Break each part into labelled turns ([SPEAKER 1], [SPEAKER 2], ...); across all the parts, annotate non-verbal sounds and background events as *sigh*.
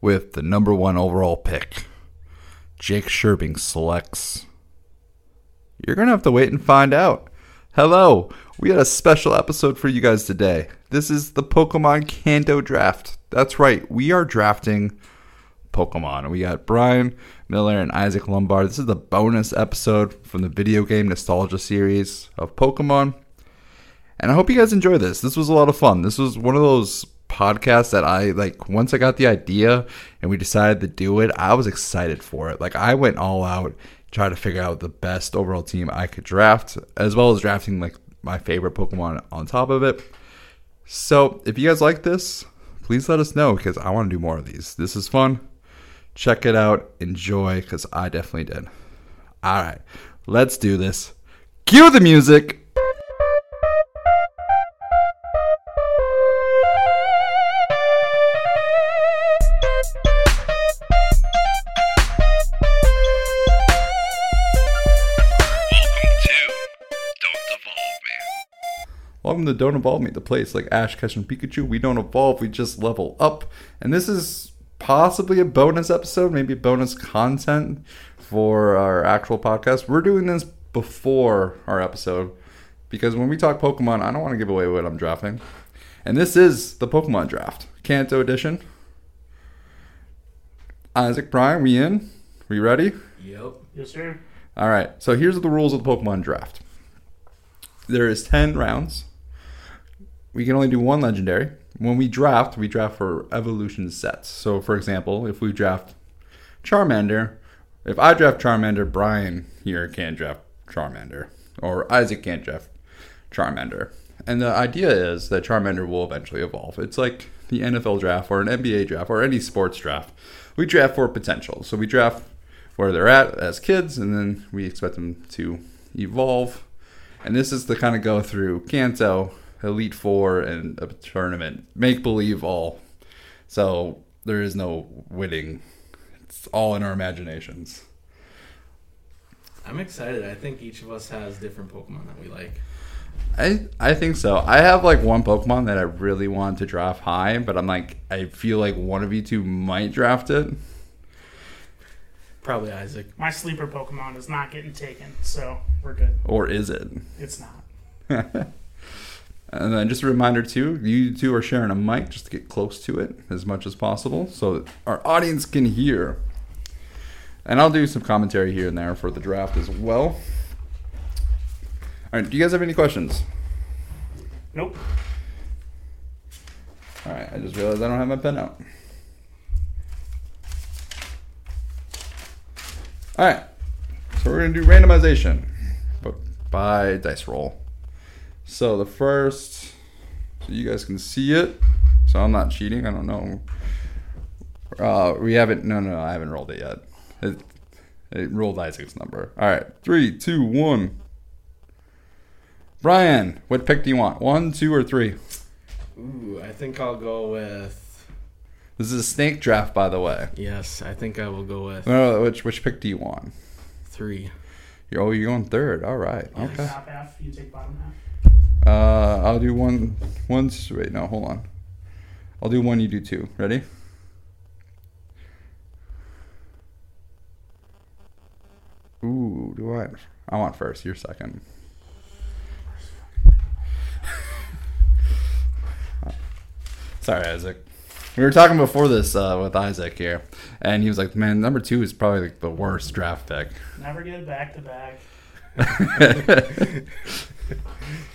[SPEAKER 1] with the number one overall pick. Jake Sherbing selects. You're going to have to wait and find out. Hello, we had a special episode for you guys today. This is the Pokemon Kanto draft. That's right, we are drafting Pokemon. We got Brian Miller and Isaac Lombard. This is the bonus episode from the video game nostalgia series of Pokemon. And I hope you guys enjoy this. This was a lot of fun. This was one of those podcasts that I like once I got the idea and we decided to do it, I was excited for it. Like I went all out trying to figure out the best overall team I could draft, as well as drafting like my favorite Pokemon on top of it. So if you guys like this, please let us know because I want to do more of these. This is fun. Check it out. Enjoy because I definitely did. All right, let's do this. Cue the music. Welcome to Don't Evolve Me, the place like Ash Ketchum Pikachu. We don't evolve, we just level up. And this is possibly a bonus episode, maybe bonus content for our actual podcast. We're doing this before our episode because when we talk Pokemon, I don't want to give away what I'm drafting. And this is the Pokemon draft, Kanto edition. Isaac Bryan, we in? We ready?
[SPEAKER 2] Yep.
[SPEAKER 3] Yes, sir.
[SPEAKER 1] All right. So here's the rules of the Pokemon draft. There is 10 rounds. We can only do one legendary. When we draft, we draft for evolution sets. So, for example, if we draft Charmander, if I draft Charmander, Brian here can't draft Charmander, or Isaac can't draft Charmander. And the idea is that Charmander will eventually evolve. It's like the NFL draft, or an NBA draft, or any sports draft. We draft for potential. So, we draft where they're at as kids, and then we expect them to evolve. And this is to kind of go through Kanto, Elite Four, and a tournament. Make believe all. So there is no winning. It's all in our imaginations.
[SPEAKER 2] I'm excited. I think each of us has different Pokemon that we like.
[SPEAKER 1] I I think so. I have like one Pokemon that I really want to draft high, but I'm like I feel like one of you two might draft it.
[SPEAKER 2] Probably Isaac.
[SPEAKER 3] My sleeper Pokemon is not getting taken, so we're good.
[SPEAKER 1] Or is it?
[SPEAKER 3] It's not.
[SPEAKER 1] And then just a reminder too, you two are sharing a mic just to get close to it as much as possible so that our audience can hear. And I'll do some commentary here and there for the draft as well. All right, do you guys have any questions?
[SPEAKER 3] Nope.
[SPEAKER 1] All right, I just realized I don't have my pen out. All right, so we're going to do randomization, but by dice roll. So the first, so you guys can see it. So I'm not cheating. I don't know. Uh, we haven't. No, no, I haven't rolled it yet. It, it rolled Isaac's number. All right, three, two, one. Brian, what pick do you want? One, two, or three?
[SPEAKER 2] Ooh, I think I'll go with.
[SPEAKER 1] This is a snake draft, by the way.
[SPEAKER 2] Yes, I think I will go with
[SPEAKER 1] No, which which pick do you want?
[SPEAKER 2] three.
[SPEAKER 1] You're, oh, you're going third. All right.
[SPEAKER 3] Take
[SPEAKER 1] Okay.
[SPEAKER 3] Top half, you take bottom half.
[SPEAKER 1] Uh, I'll do one. One. s- Wait, no, hold on. I'll do one. You do two. Ready? Ooh, do I? I want first. You're second. *laughs* Sorry, Isaac. We were talking before this uh, with Isaac here, and he was like, "Man, number two is probably like the worst draft pick."
[SPEAKER 3] Never get it back to back.
[SPEAKER 1] *laughs*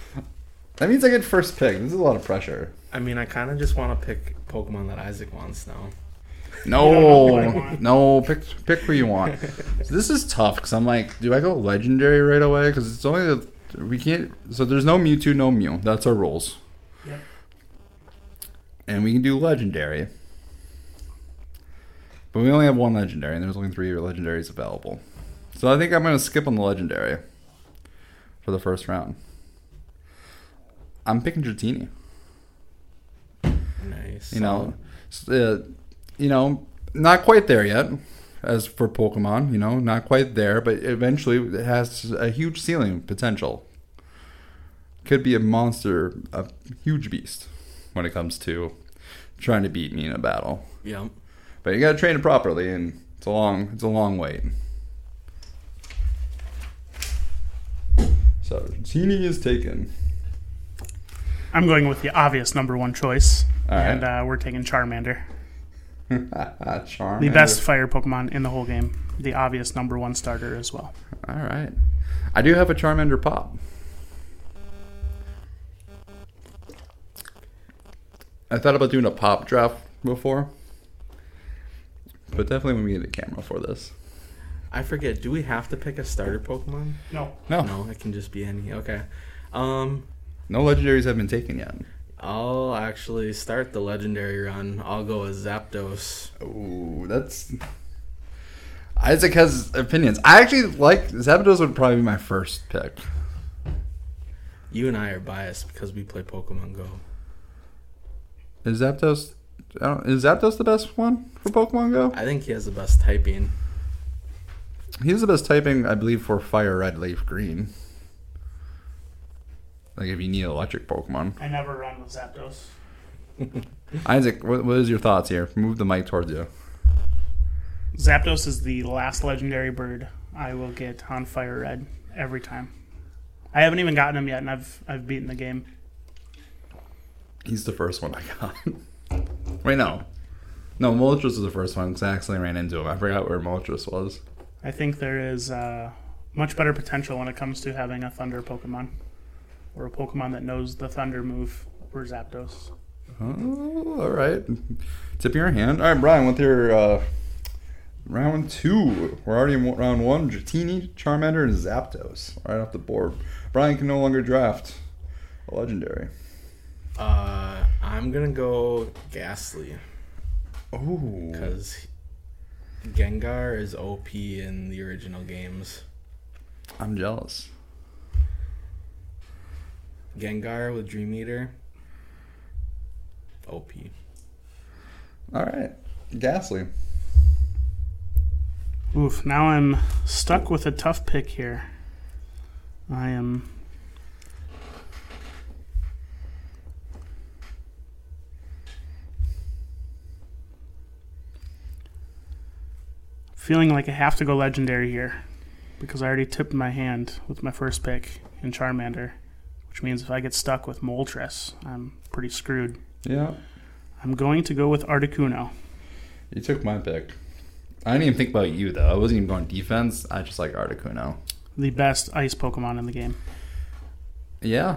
[SPEAKER 1] That means I get first pick. This is a lot of pressure.
[SPEAKER 2] I mean, I kind of just want to pick Pokemon that Isaac wants now.
[SPEAKER 3] don't know who I
[SPEAKER 1] No,
[SPEAKER 3] want.
[SPEAKER 1] no, pick pick who you want. So this is tough because I'm like, do I go legendary right away? Because it's only the, we can't. So there's no Mewtwo, no Mew. That's our rules,
[SPEAKER 3] Yep.
[SPEAKER 1] and we can do legendary. But we only have one legendary, and there's only three legendaries available. So I think I'm gonna skip on the legendary for the first round. I'm picking Dratini.
[SPEAKER 2] Nice.
[SPEAKER 1] you know, s- uh, you know, not quite there yet. As for Pokemon, you know, not quite there, but eventually it has a huge ceiling potential. Could be a monster, a huge beast, when it comes to trying to beat me in a battle.
[SPEAKER 2] Yep.
[SPEAKER 1] But you got to train it properly, and it's a long it's a long wait. So Tini is taken. *laughs*
[SPEAKER 3] I'm going with the obvious number one choice,
[SPEAKER 1] All right.
[SPEAKER 3] and uh, we're taking Charmander,
[SPEAKER 1] Ah, Charm.
[SPEAKER 3] the best fire Pokemon in the whole game. The obvious number one starter as well.
[SPEAKER 1] All right. I do have a Charmander pop. I thought about doing a pop draft before, but definitely when we get a camera for this.
[SPEAKER 2] I forget. Do we have to pick a starter Pokemon?
[SPEAKER 3] No,
[SPEAKER 1] No, no,
[SPEAKER 2] No, it can just be any. Okay. Um,
[SPEAKER 1] legendaries have been taken yet.
[SPEAKER 2] I'll actually start the legendary run. I'll go as Zapdos.
[SPEAKER 1] Oh, that's Isaac has opinions. I actually like Zapdos would probably be my first pick.
[SPEAKER 2] You and I are biased because we play Pokemon Go.
[SPEAKER 1] Is Zapdos? I don't- Is Zapdos the best one for Pokemon Go?
[SPEAKER 2] I think he has the best typing.
[SPEAKER 1] He's the best typing, I believe, for fire, red, leaf, green. Like if you need electric Pokemon.
[SPEAKER 3] I never run with Zapdos.
[SPEAKER 1] Isaac, what, what is your thoughts here? Move the mic towards you.
[SPEAKER 3] Zapdos is the last legendary bird I will get on Fire Red every time. I haven't even gotten him yet, and I've I've beaten the game.
[SPEAKER 1] He's the first one I got. *laughs* Wait, no. No, Moltres was the first one because I accidentally ran into him. I forgot where Moltres was.
[SPEAKER 3] I think there is uh, much better potential when it comes to having a Thunder Pokemon, or a Pokemon that knows the Thunder move for Zapdos.
[SPEAKER 1] Oh, all right. Tip of your hand. All right, Brian, with your uh, round two. We're already in round one. Dratini, Charmander, and Zapdos right off the board. Brian can no longer draft a legendary.
[SPEAKER 2] Uh, I'm gonna go Ghastly
[SPEAKER 1] Oh.
[SPEAKER 2] because Gengar is OP in the original games.
[SPEAKER 1] I'm jealous.
[SPEAKER 2] Gengar with Dream Eater. OP.
[SPEAKER 1] All right. Ghastly.
[SPEAKER 3] Oof! Now I'm stuck with a tough pick here. I am. Feeling like I have to go legendary here because I already tipped my hand with my first pick in Charmander, which means if I get stuck with Moltres, I'm pretty screwed.
[SPEAKER 1] Yeah.
[SPEAKER 3] I'm going to go with Articuno.
[SPEAKER 1] You took my pick. I didn't even think about you, though. I wasn't even going defense. I just like Articuno.
[SPEAKER 3] the best ice Pokemon in the game.
[SPEAKER 1] Yeah.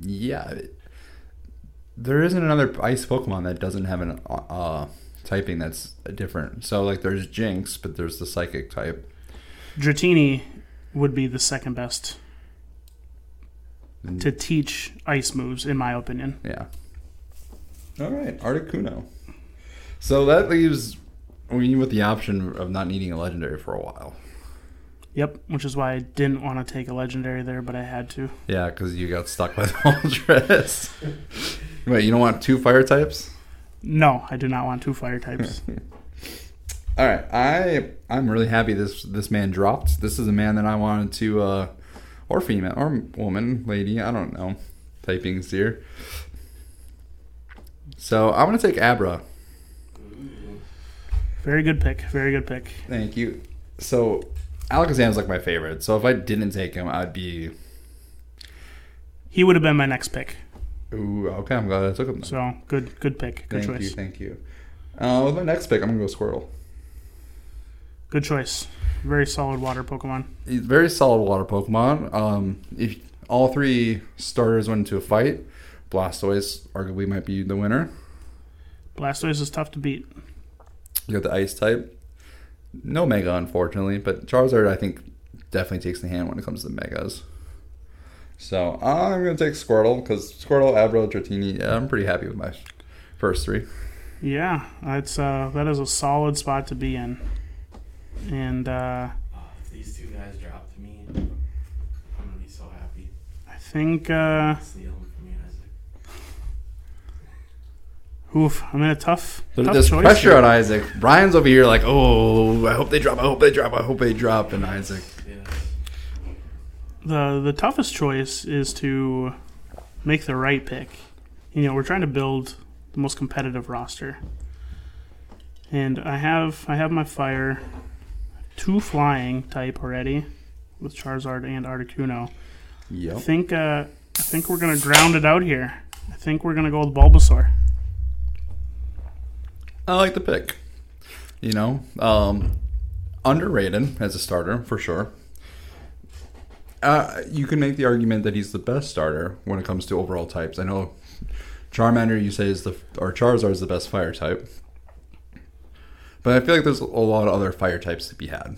[SPEAKER 1] Yeah. There isn't another ice Pokemon that doesn't have an uh, typing that's different. So, like, there's Jinx, but there's the psychic type.
[SPEAKER 3] Dratini would be the second best to teach ice moves, in my opinion.
[SPEAKER 1] Yeah. All right, Articuno. So that leaves we with the option of not needing a legendary for a while.
[SPEAKER 3] Yep, which is why I didn't want to take a legendary there, but I had to.
[SPEAKER 1] Yeah, because you got stuck *laughs* by the Moltres. Wait, you don't want two fire types?
[SPEAKER 3] No, I do not want two
[SPEAKER 1] *laughs*
[SPEAKER 3] fire types.
[SPEAKER 1] All right, I I'm really happy this this man dropped. This is a man that I wanted to, uh, or female or woman, lady, I don't know, typings here. So I'm gonna take Abra.
[SPEAKER 3] very good pick. Very good pick.
[SPEAKER 1] Thank you. So Alakazam's like my favorite. So if I didn't take him, I'd be
[SPEAKER 3] He would have been my next pick.
[SPEAKER 1] ooh okay. I'm glad I took him. Then.
[SPEAKER 3] So good, good pick. Good
[SPEAKER 1] thank
[SPEAKER 3] choice.
[SPEAKER 1] you, thank you. Uh, with my next pick, I'm gonna go Squirtle.
[SPEAKER 3] Good choice. Very solid water Pokemon.
[SPEAKER 1] He's a very solid water Pokemon. Um, if all three starters went into a fight, Blastoise arguably might be the winner.
[SPEAKER 3] Blastoise is tough to beat.
[SPEAKER 1] You got the ice type. No Mega, unfortunately, but Charizard I think definitely takes the hand when it comes to the Megas. So I'm gonna take Squirtle because Squirtle, Abra, Dratini. Yeah, I'm pretty happy with my first three.
[SPEAKER 3] Yeah, that's uh, that is a solid spot to be in. And uh,
[SPEAKER 2] Oh, if these two guys drop to me, I'm gonna be so happy.
[SPEAKER 3] I think uh,
[SPEAKER 2] Steal them from you, Isaac.
[SPEAKER 3] Oof, I'm in a tough,
[SPEAKER 1] There's
[SPEAKER 3] tough
[SPEAKER 1] this
[SPEAKER 3] choice.
[SPEAKER 1] pressure
[SPEAKER 3] here.
[SPEAKER 1] on Isaac. Brian's over here like, oh, I hope they drop. I hope they drop. I hope they drop. And Isaac,
[SPEAKER 2] Yeah.
[SPEAKER 3] the the toughest choice is to make the right pick. You know, we're trying to build the most competitive roster, And I have I have my fire, two flying type already, with Charizard and Articuno. I
[SPEAKER 1] Yep.
[SPEAKER 3] think uh, I think we're gonna ground it out here. I think we're gonna go with Bulbasaur.
[SPEAKER 1] I like the pick. You know, um, underrated as a starter for sure. Uh, you can make the argument that he's the best starter when it comes to overall types. I know Charmander, you say is the or Charizard is the best fire type, but I feel like there's a lot of other fire types to be had.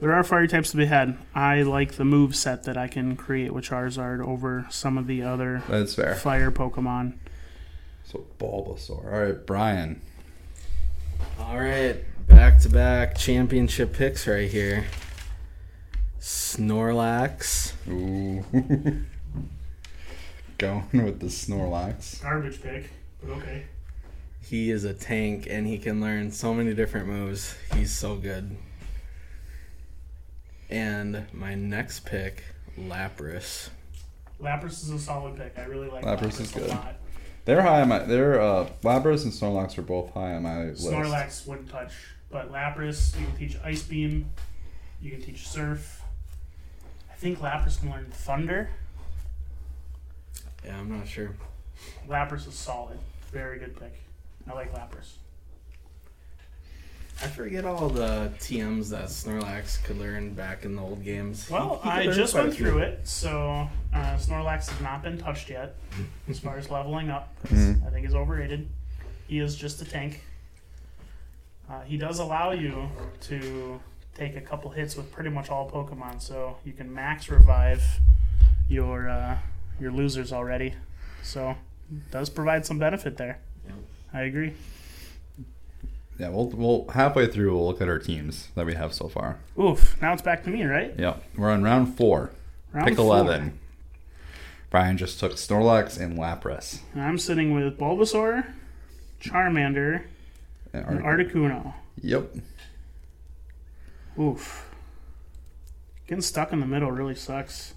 [SPEAKER 3] There are fire types to be had. I like the move set that I can create with Charizard over some of the other
[SPEAKER 1] That's fair.
[SPEAKER 3] fire Pokemon.
[SPEAKER 1] So Bulbasaur. All right, Brian.
[SPEAKER 2] All right, back to back championship picks right here. Snorlax.
[SPEAKER 1] Ooh. *laughs* Going with the Snorlax.
[SPEAKER 3] Garbage pick, but okay.
[SPEAKER 2] He is a tank and he can learn so many different moves. He's so good. And my next pick, Lapras.
[SPEAKER 3] Lapras is a solid pick. I really like
[SPEAKER 1] Lapras Lapras is a good. lot. They're high on my. They're uh, Lapras and Snorlax were both high on my list.
[SPEAKER 3] Snorlax wouldn't touch, but Lapras, you can teach Ice Beam, you can teach Surf. I think Lapras can learn Thunder.
[SPEAKER 2] Yeah, I'm not sure.
[SPEAKER 3] Lapras is solid. Very good pick. I like Lapras.
[SPEAKER 2] I forget all the TMs that Snorlax could learn back in the old games.
[SPEAKER 3] Well,
[SPEAKER 2] He could
[SPEAKER 3] I
[SPEAKER 2] learn
[SPEAKER 3] just
[SPEAKER 2] quite a
[SPEAKER 3] went
[SPEAKER 2] few.
[SPEAKER 3] through it, so uh, Snorlax has not been touched yet as far as leveling up. 'cause
[SPEAKER 1] Mhm.
[SPEAKER 3] I think he's overrated. He is just a tank. Uh, he does allow you to take a couple hits with pretty much all Pokemon, so you can max revive your uh, your losers already. So it does provide some benefit there.
[SPEAKER 2] Yeah.
[SPEAKER 3] I agree.
[SPEAKER 1] Yeah, we'll, we'll halfway through we'll look at our teams that we have so far.
[SPEAKER 3] Oof! Now it's back to me, right?
[SPEAKER 1] Yeah, we're on round four,
[SPEAKER 3] Round
[SPEAKER 1] pick
[SPEAKER 3] four.
[SPEAKER 1] eleven. Brian just took Snorlax and Lapras.
[SPEAKER 3] I'm sitting with Bulbasaur, Charmander,
[SPEAKER 1] And
[SPEAKER 3] and
[SPEAKER 1] Artic-
[SPEAKER 3] Articuno.
[SPEAKER 1] yep.
[SPEAKER 3] Oof. Getting stuck in the middle really sucks.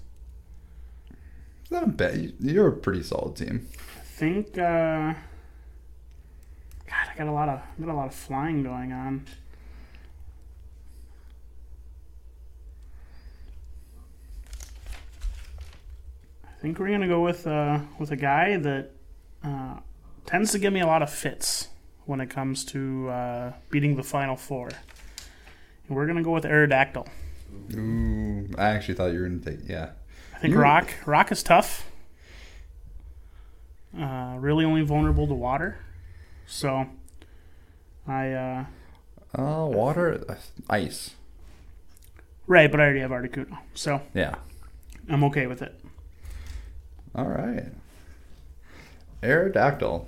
[SPEAKER 1] It's Not bad. You're a pretty solid team.
[SPEAKER 3] I think uh God, I got a lot of I got a lot of flying going on. I think we're gonna go with uh with a guy that uh, tends to give me a lot of fits when it comes to uh, beating the final four. And we're gonna go with Aerodactyl.
[SPEAKER 1] Ooh, I actually thought you were gonna take. Yeah,
[SPEAKER 3] I think
[SPEAKER 1] You're-
[SPEAKER 3] rock rock is tough. Uh, really only vulnerable to water, so I uh,
[SPEAKER 1] uh, water, uh, ice.
[SPEAKER 3] right. But I already have Articuno, so
[SPEAKER 1] Yeah.
[SPEAKER 3] I'm okay with it.
[SPEAKER 1] All right. Aerodactyl.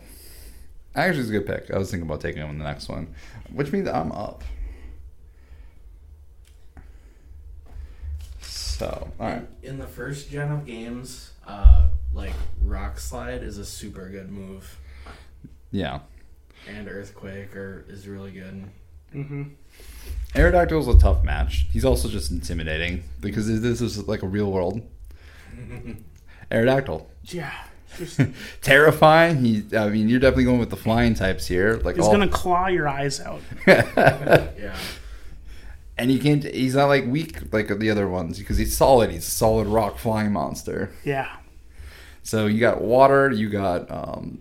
[SPEAKER 1] Actually, it's a good pick. I was thinking about taking him in the next one, which means I'm up. So, all right.
[SPEAKER 2] In the first gen of games, uh, like Rock Slide is a super good move,
[SPEAKER 1] Yeah.
[SPEAKER 2] and Earthquake are, is really *laughs* good.
[SPEAKER 3] Mm-hmm.
[SPEAKER 1] Aerodactyl's a tough match. He's also just intimidating because this is like a real world. Aerodactyl. *laughs*
[SPEAKER 3] Yeah, just,
[SPEAKER 1] Terrifying. He, I mean, you're definitely going with the flying types here. Like
[SPEAKER 3] he's
[SPEAKER 1] all,
[SPEAKER 3] gonna claw your eyes out.
[SPEAKER 1] *laughs*
[SPEAKER 2] Yeah.
[SPEAKER 1] and he can't. He's not like weak like the other ones because he's solid. He's a solid rock flying monster.
[SPEAKER 3] Yeah,
[SPEAKER 1] So you got water, you got um,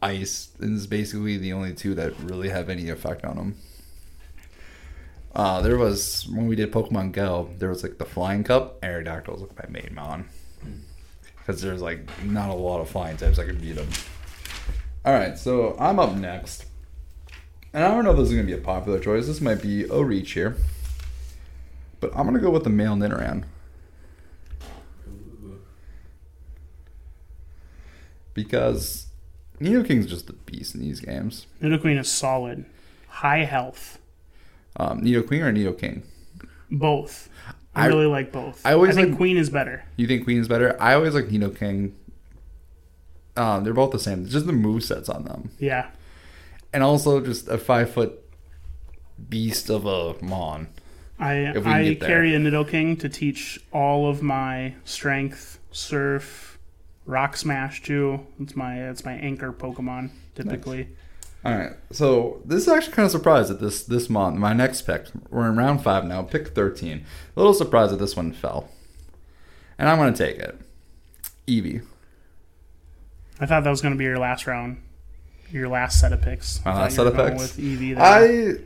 [SPEAKER 1] ice, and it's basically the only two that really have any effect on them. Uh, there was when we did Pokemon Go, there was like the flying cup. Aerodactyl was like my main mon because there's like not a lot of flying types I could beat them. All right, so I'm up next, and I don't know if this is gonna be a popular choice. This might be a reach here, but I'm gonna go with the male Nidoran.
[SPEAKER 2] Ooh.
[SPEAKER 1] because Nino King's just a beast in these games.
[SPEAKER 3] Nidoqueen is solid, high health,
[SPEAKER 1] Um, Nido Queen or Nido King?
[SPEAKER 3] both. I,
[SPEAKER 1] I-
[SPEAKER 3] really like both.
[SPEAKER 1] I always
[SPEAKER 3] think
[SPEAKER 1] like-
[SPEAKER 3] Queen is better.
[SPEAKER 1] You think Queen's better? I always like Nido King. Um, they're both the same. It's just the move sets on them,
[SPEAKER 3] Yeah,
[SPEAKER 1] and also just a five foot beast of a Mon.
[SPEAKER 3] I
[SPEAKER 1] If we can
[SPEAKER 3] I
[SPEAKER 1] get there.
[SPEAKER 3] carry a Nidoking to teach all of my strength, surf, rock smash too. It's my it's my anchor Pokemon typically.
[SPEAKER 1] All right. So this is actually kind of surprised at this this month. My next pick. We're in round five now. Pick thirteen. A little surprised that this one fell. And I'm gonna take it. Evie.
[SPEAKER 3] I thought that was going to be your last round, your last set of picks. I
[SPEAKER 1] My last
[SPEAKER 3] thought you were
[SPEAKER 1] set of
[SPEAKER 3] going
[SPEAKER 1] picks?
[SPEAKER 3] with Evie. There.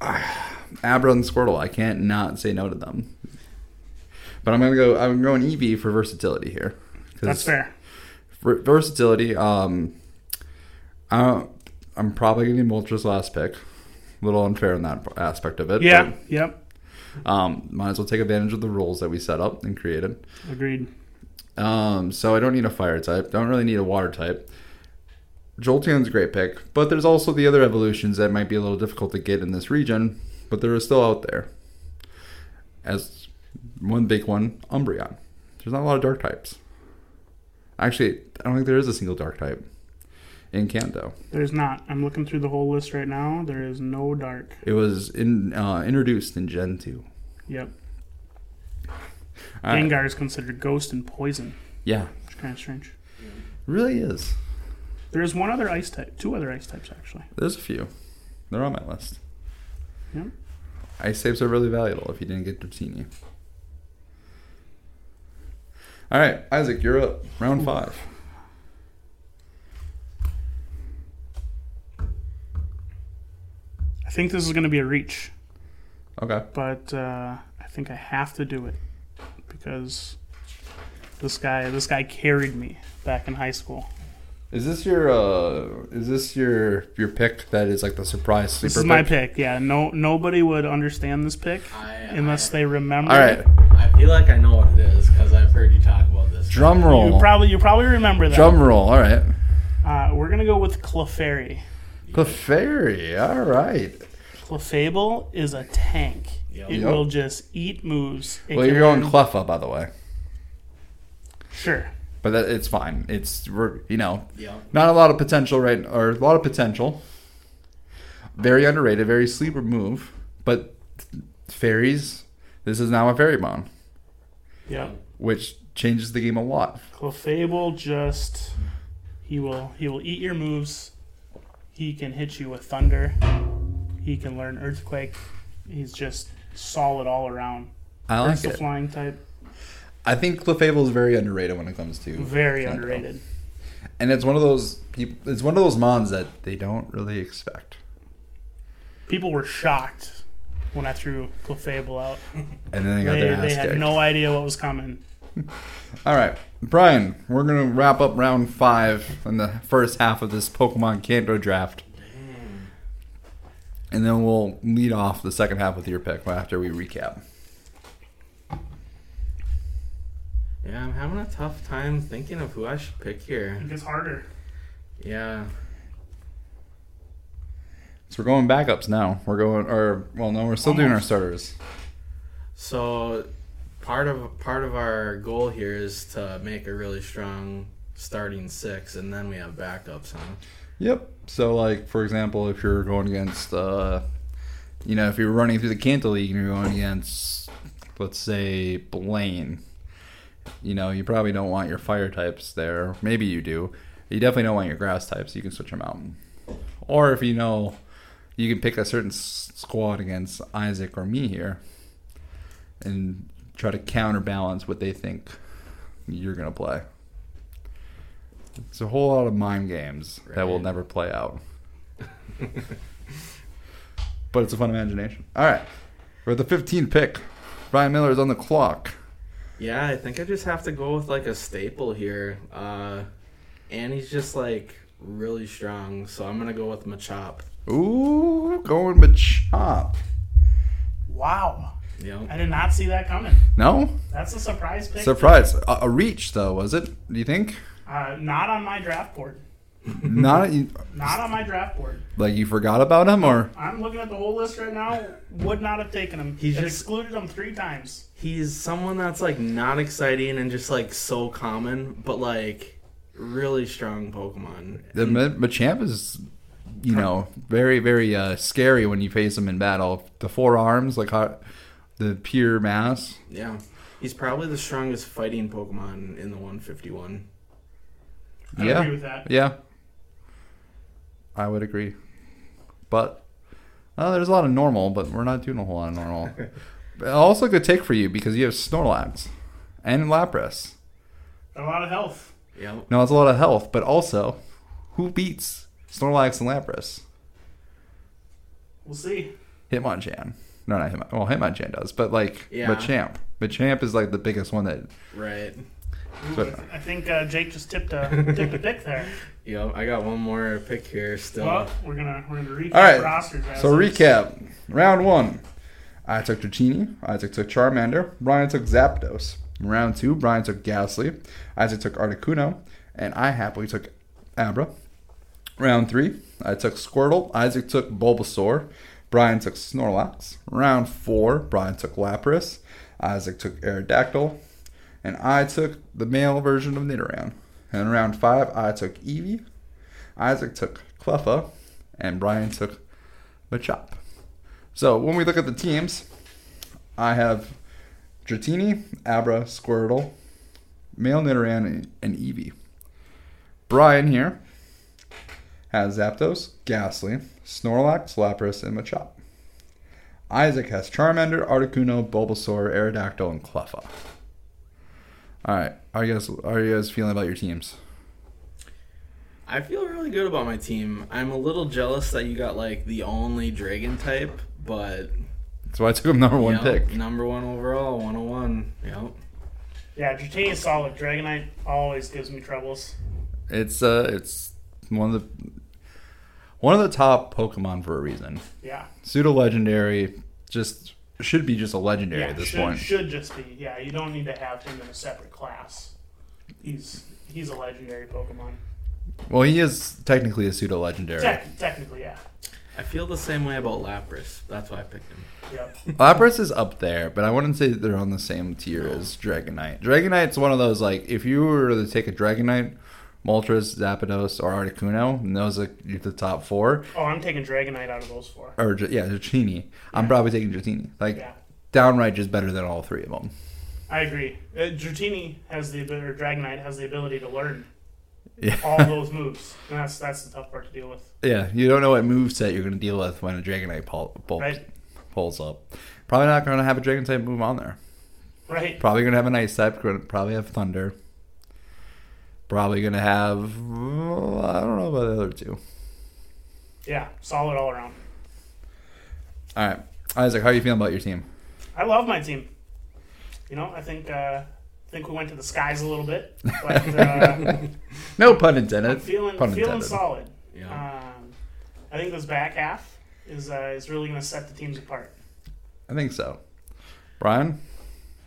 [SPEAKER 1] I, *sighs* Abra and Squirtle. I can't not say no to them. But I'm gonna go. I'm going Eevee for versatility here. 'Cause
[SPEAKER 3] that's fair.
[SPEAKER 1] ver- versatility. Um, I, I'm probably gonna need Moltres last pick. A little unfair in that aspect of it.
[SPEAKER 3] Yeah. Yep.
[SPEAKER 1] But, um, might as well take advantage of the rules that we set up and created.
[SPEAKER 3] Agreed.
[SPEAKER 1] Um, so I don't need a fire type. Don't really need a water type. Jolteon's a great pick, but there's also the other evolutions that might be a little difficult to get in this region, but they're still out there. As one big one, Umbreon. There's not a lot of dark types. Actually, I don't think there is a single dark type in Kanto.
[SPEAKER 3] There's not. I'm looking through the whole list right now. There is no dark.
[SPEAKER 1] It was in, uh, introduced in Gen 2.
[SPEAKER 3] Yep.
[SPEAKER 1] All right.
[SPEAKER 3] Gengar is considered ghost and poison,
[SPEAKER 1] Yeah,
[SPEAKER 3] which is kind of strange.
[SPEAKER 1] really is.
[SPEAKER 3] There is one other ice type, two other ice types actually.
[SPEAKER 1] There's a few. They're on my list.
[SPEAKER 3] Yep.
[SPEAKER 1] Ice saves are really valuable if you didn't get Dratini. All right, Isaac, you're up.
[SPEAKER 3] Hmm.
[SPEAKER 1] Round five.
[SPEAKER 3] I think this is going to be a reach,
[SPEAKER 1] Okay.
[SPEAKER 3] but uh, I think I have to do it because this guy, this guy carried me back in high school.
[SPEAKER 1] Is this your uh is this your your pick that is like the surprise sleeper
[SPEAKER 3] This is my pick. Yeah, no, nobody would understand this pick
[SPEAKER 2] I,
[SPEAKER 3] unless
[SPEAKER 2] I,
[SPEAKER 3] they remember.
[SPEAKER 1] All right.
[SPEAKER 3] it.
[SPEAKER 2] I feel like I know what it is because I've heard you talk about this.
[SPEAKER 1] Drum
[SPEAKER 3] You
[SPEAKER 1] roll.
[SPEAKER 3] probably you probably remember that.
[SPEAKER 1] Drum roll. All right.
[SPEAKER 3] Uh, we're gonna go with Clefairy.
[SPEAKER 1] Clefairy. All right.
[SPEAKER 3] Clefable is a tank.
[SPEAKER 2] Yep.
[SPEAKER 3] It
[SPEAKER 1] Yep.
[SPEAKER 3] will just eat moves. It
[SPEAKER 1] Well,
[SPEAKER 3] can
[SPEAKER 1] you're going
[SPEAKER 3] learn-
[SPEAKER 1] Cleffa, by the way,
[SPEAKER 3] sure.
[SPEAKER 1] but that, it's fine. It's we're- you know
[SPEAKER 2] Yep.
[SPEAKER 1] not a lot of potential right or a lot of potential. Very underrated. Very sleeper move. But fairies. This is now a fairy bond.
[SPEAKER 3] Yep.
[SPEAKER 1] which changes the game a lot.
[SPEAKER 3] Clefable just he will he will eat your moves. He can hit you with thunder. He can learn earthquake. He's just solid all around.
[SPEAKER 1] I
[SPEAKER 3] That's
[SPEAKER 1] like
[SPEAKER 3] the
[SPEAKER 1] it.
[SPEAKER 3] flying type.
[SPEAKER 1] I think Clefable is very underrated when it comes to
[SPEAKER 3] Very
[SPEAKER 1] Kanto.
[SPEAKER 3] underrated.
[SPEAKER 1] and it's one of those people. It's one of those mons that they don't really expect,
[SPEAKER 3] People were shocked when I threw Clefable out.
[SPEAKER 1] and then they got
[SPEAKER 3] They,
[SPEAKER 1] their ass
[SPEAKER 3] they had
[SPEAKER 1] kicked.
[SPEAKER 3] no idea what was coming.
[SPEAKER 1] All right, Brian, we're gonna wrap up round five in the first half of this Pokemon Kanto draft, and then we'll lead off the second half with your pick after we recap.
[SPEAKER 2] Yeah, I'm having a tough time thinking of who I should pick here.
[SPEAKER 3] It gets harder.
[SPEAKER 2] Yeah.
[SPEAKER 1] So we're going backups now. We're going, or well, no, we're still doing our
[SPEAKER 3] Almost.
[SPEAKER 1] starters.
[SPEAKER 2] So part of part of our goal here is to make a really strong starting six, and then we have backups, huh?
[SPEAKER 1] Yep. So, like for example, if you're going against, uh, you know, if you're running through the Canto League and you're going against, let's say Blaine, you know, you probably don't want your fire types there. Maybe you do. You definitely don't want your grass types. You can switch them out. Or if you know, you can pick a certain s- squad against Isaac or me here, and try to counterbalance what they think you're gonna play. It's a whole lot of mind games that will
[SPEAKER 2] Right.
[SPEAKER 1] never play out. *laughs* but it's a fun imagination. All right, we're at the 15th pick. Brian Miller is on the clock.
[SPEAKER 2] Yeah, I think I just have to go with like a staple here. Uh, and he's just like really strong, so I'm gonna go with Machop.
[SPEAKER 1] Ooh, going Machop.
[SPEAKER 3] Wow.
[SPEAKER 2] Yep.
[SPEAKER 3] I did not see that coming.
[SPEAKER 1] No
[SPEAKER 3] That's a surprise pick.
[SPEAKER 1] surprise. A, a reach though, was it? Do you think?
[SPEAKER 3] uh, not on my draft board.
[SPEAKER 1] Not you-
[SPEAKER 3] Not on my draft board.
[SPEAKER 1] like you forgot about him, or
[SPEAKER 3] I'm looking at the whole list right now. Would not have taken him.
[SPEAKER 2] He's
[SPEAKER 3] He's
[SPEAKER 2] just-
[SPEAKER 3] excluded him three times.
[SPEAKER 2] He's someone that's like not exciting and just like so common, but like really strong Pokemon.
[SPEAKER 1] the Ma- Machamp is, you know, very very uh, scary when you face him in battle. The four arms, like how, the pure mass.
[SPEAKER 2] Yeah. He's probably the strongest fighting Pokemon in the 151.
[SPEAKER 3] I
[SPEAKER 1] Yeah.
[SPEAKER 3] agree with that.
[SPEAKER 1] Yeah, I would agree. but uh, there's a lot of normal, but we're not doing a whole lot of normal. But also, a good take for you because you have Snorlax and Lapras.
[SPEAKER 3] A lot of health.
[SPEAKER 2] Yep.
[SPEAKER 1] No, it's a lot of health, but also, who beats Snorlax and Lapras?
[SPEAKER 3] We'll see.
[SPEAKER 1] Hitmonchan. No, not Hitmon. Well, Hitmonchan does, but like
[SPEAKER 2] Yeah.
[SPEAKER 1] Machamp. Machamp is like the biggest one that.
[SPEAKER 2] Right.
[SPEAKER 3] Ooh,
[SPEAKER 1] But-
[SPEAKER 3] I think uh, Jake just
[SPEAKER 1] *laughs*
[SPEAKER 3] tipped a tipped a pick there.
[SPEAKER 2] Yep. I got one more pick here still.
[SPEAKER 3] Well, we're gonna we're gonna recap
[SPEAKER 1] All right.
[SPEAKER 3] rosters. as
[SPEAKER 1] So
[SPEAKER 3] is.
[SPEAKER 1] recap, round one, I took Dratini. Isaac took Charmander. Brian took Zapdos. Round two, Brian took Ghastly. Isaac took Articuno, and I happily took Abra. Round three, I took Squirtle. Isaac took Bulbasaur. Brian took Snorlax. Round four, Brian took Lapras. Isaac took Aerodactyl. And I took the male version of Nidoran. And round five, I took Eevee. Isaac took Cleffa. And Brian took Machop. So when we look at the teams, I have Dratini, Abra, Squirtle, Male Nidoran, and- and Eevee. Brian here has Zapdos, Ghastly, Snorlax, Lapras, and Machop. Isaac has Charmander, Articuno, Bulbasaur, Aerodactyl, and Cleffa. All right, are you guys are you guys feeling about your teams?
[SPEAKER 2] I feel really good about my team. I'm a little jealous that you got like the only dragon type, but
[SPEAKER 1] So I took him number one
[SPEAKER 2] yep,
[SPEAKER 1] pick.
[SPEAKER 2] number one overall, 101. Yep.
[SPEAKER 3] Yeah, Dratini is solid. Dragonite always gives me troubles.
[SPEAKER 1] It's uh, it's one of the one of the top Pokemon for a reason.
[SPEAKER 3] Yeah.
[SPEAKER 1] Pseudo legendary, just should be just a legendary
[SPEAKER 3] yeah,
[SPEAKER 1] at this
[SPEAKER 3] should,
[SPEAKER 1] point.
[SPEAKER 3] should just be. Yeah, you don't need to have him in a separate class. He's he's a legendary Pokemon.
[SPEAKER 1] Well, he is technically a pseudo legendary.
[SPEAKER 3] Tec- technically, yeah.
[SPEAKER 2] I feel the same way about Lapras. That's why I picked him.
[SPEAKER 3] Yep.
[SPEAKER 1] Lapras is up there, but I wouldn't say they're on the same tier as Dragonite. Dragonite's one of those like if you were to take a Dragonite, Moltres, Zapdos, or Articuno, and those are the top four.
[SPEAKER 3] Oh, I'm taking Dragonite out of those four.
[SPEAKER 1] Or Dr- yeah, Dratini. I'm probably taking Dratini. Like
[SPEAKER 3] Yeah,
[SPEAKER 1] downright just better than all three of them.
[SPEAKER 3] I agree. Uh, Dratini has the abi- or Dragonite has the ability to learn
[SPEAKER 1] Yeah.
[SPEAKER 3] all those moves, and that's that's the tough part to deal with.
[SPEAKER 1] Yeah, you don't know what moveset you're going to deal with when a Dragonite pull, pull,
[SPEAKER 3] Right.
[SPEAKER 1] pulls up. Probably not going to have a Dragon type move on there.
[SPEAKER 3] Right.
[SPEAKER 1] Probably going to have an Ice type. gonna Probably have Thunder. Probably going to have. well, I don't know about the other two.
[SPEAKER 3] Yeah. Solid all around.
[SPEAKER 1] All right, Isaac, how are you feeling about your team?
[SPEAKER 3] I love my team. You know, I think uh, I think we went to the skies a little bit, but uh,
[SPEAKER 1] No pun intended.
[SPEAKER 3] feeling
[SPEAKER 1] pun
[SPEAKER 3] feeling
[SPEAKER 1] intended.
[SPEAKER 3] solid.
[SPEAKER 2] Yeah.
[SPEAKER 3] Um, I think this back half is uh, is really going to set the teams apart.
[SPEAKER 1] I think so. Brian,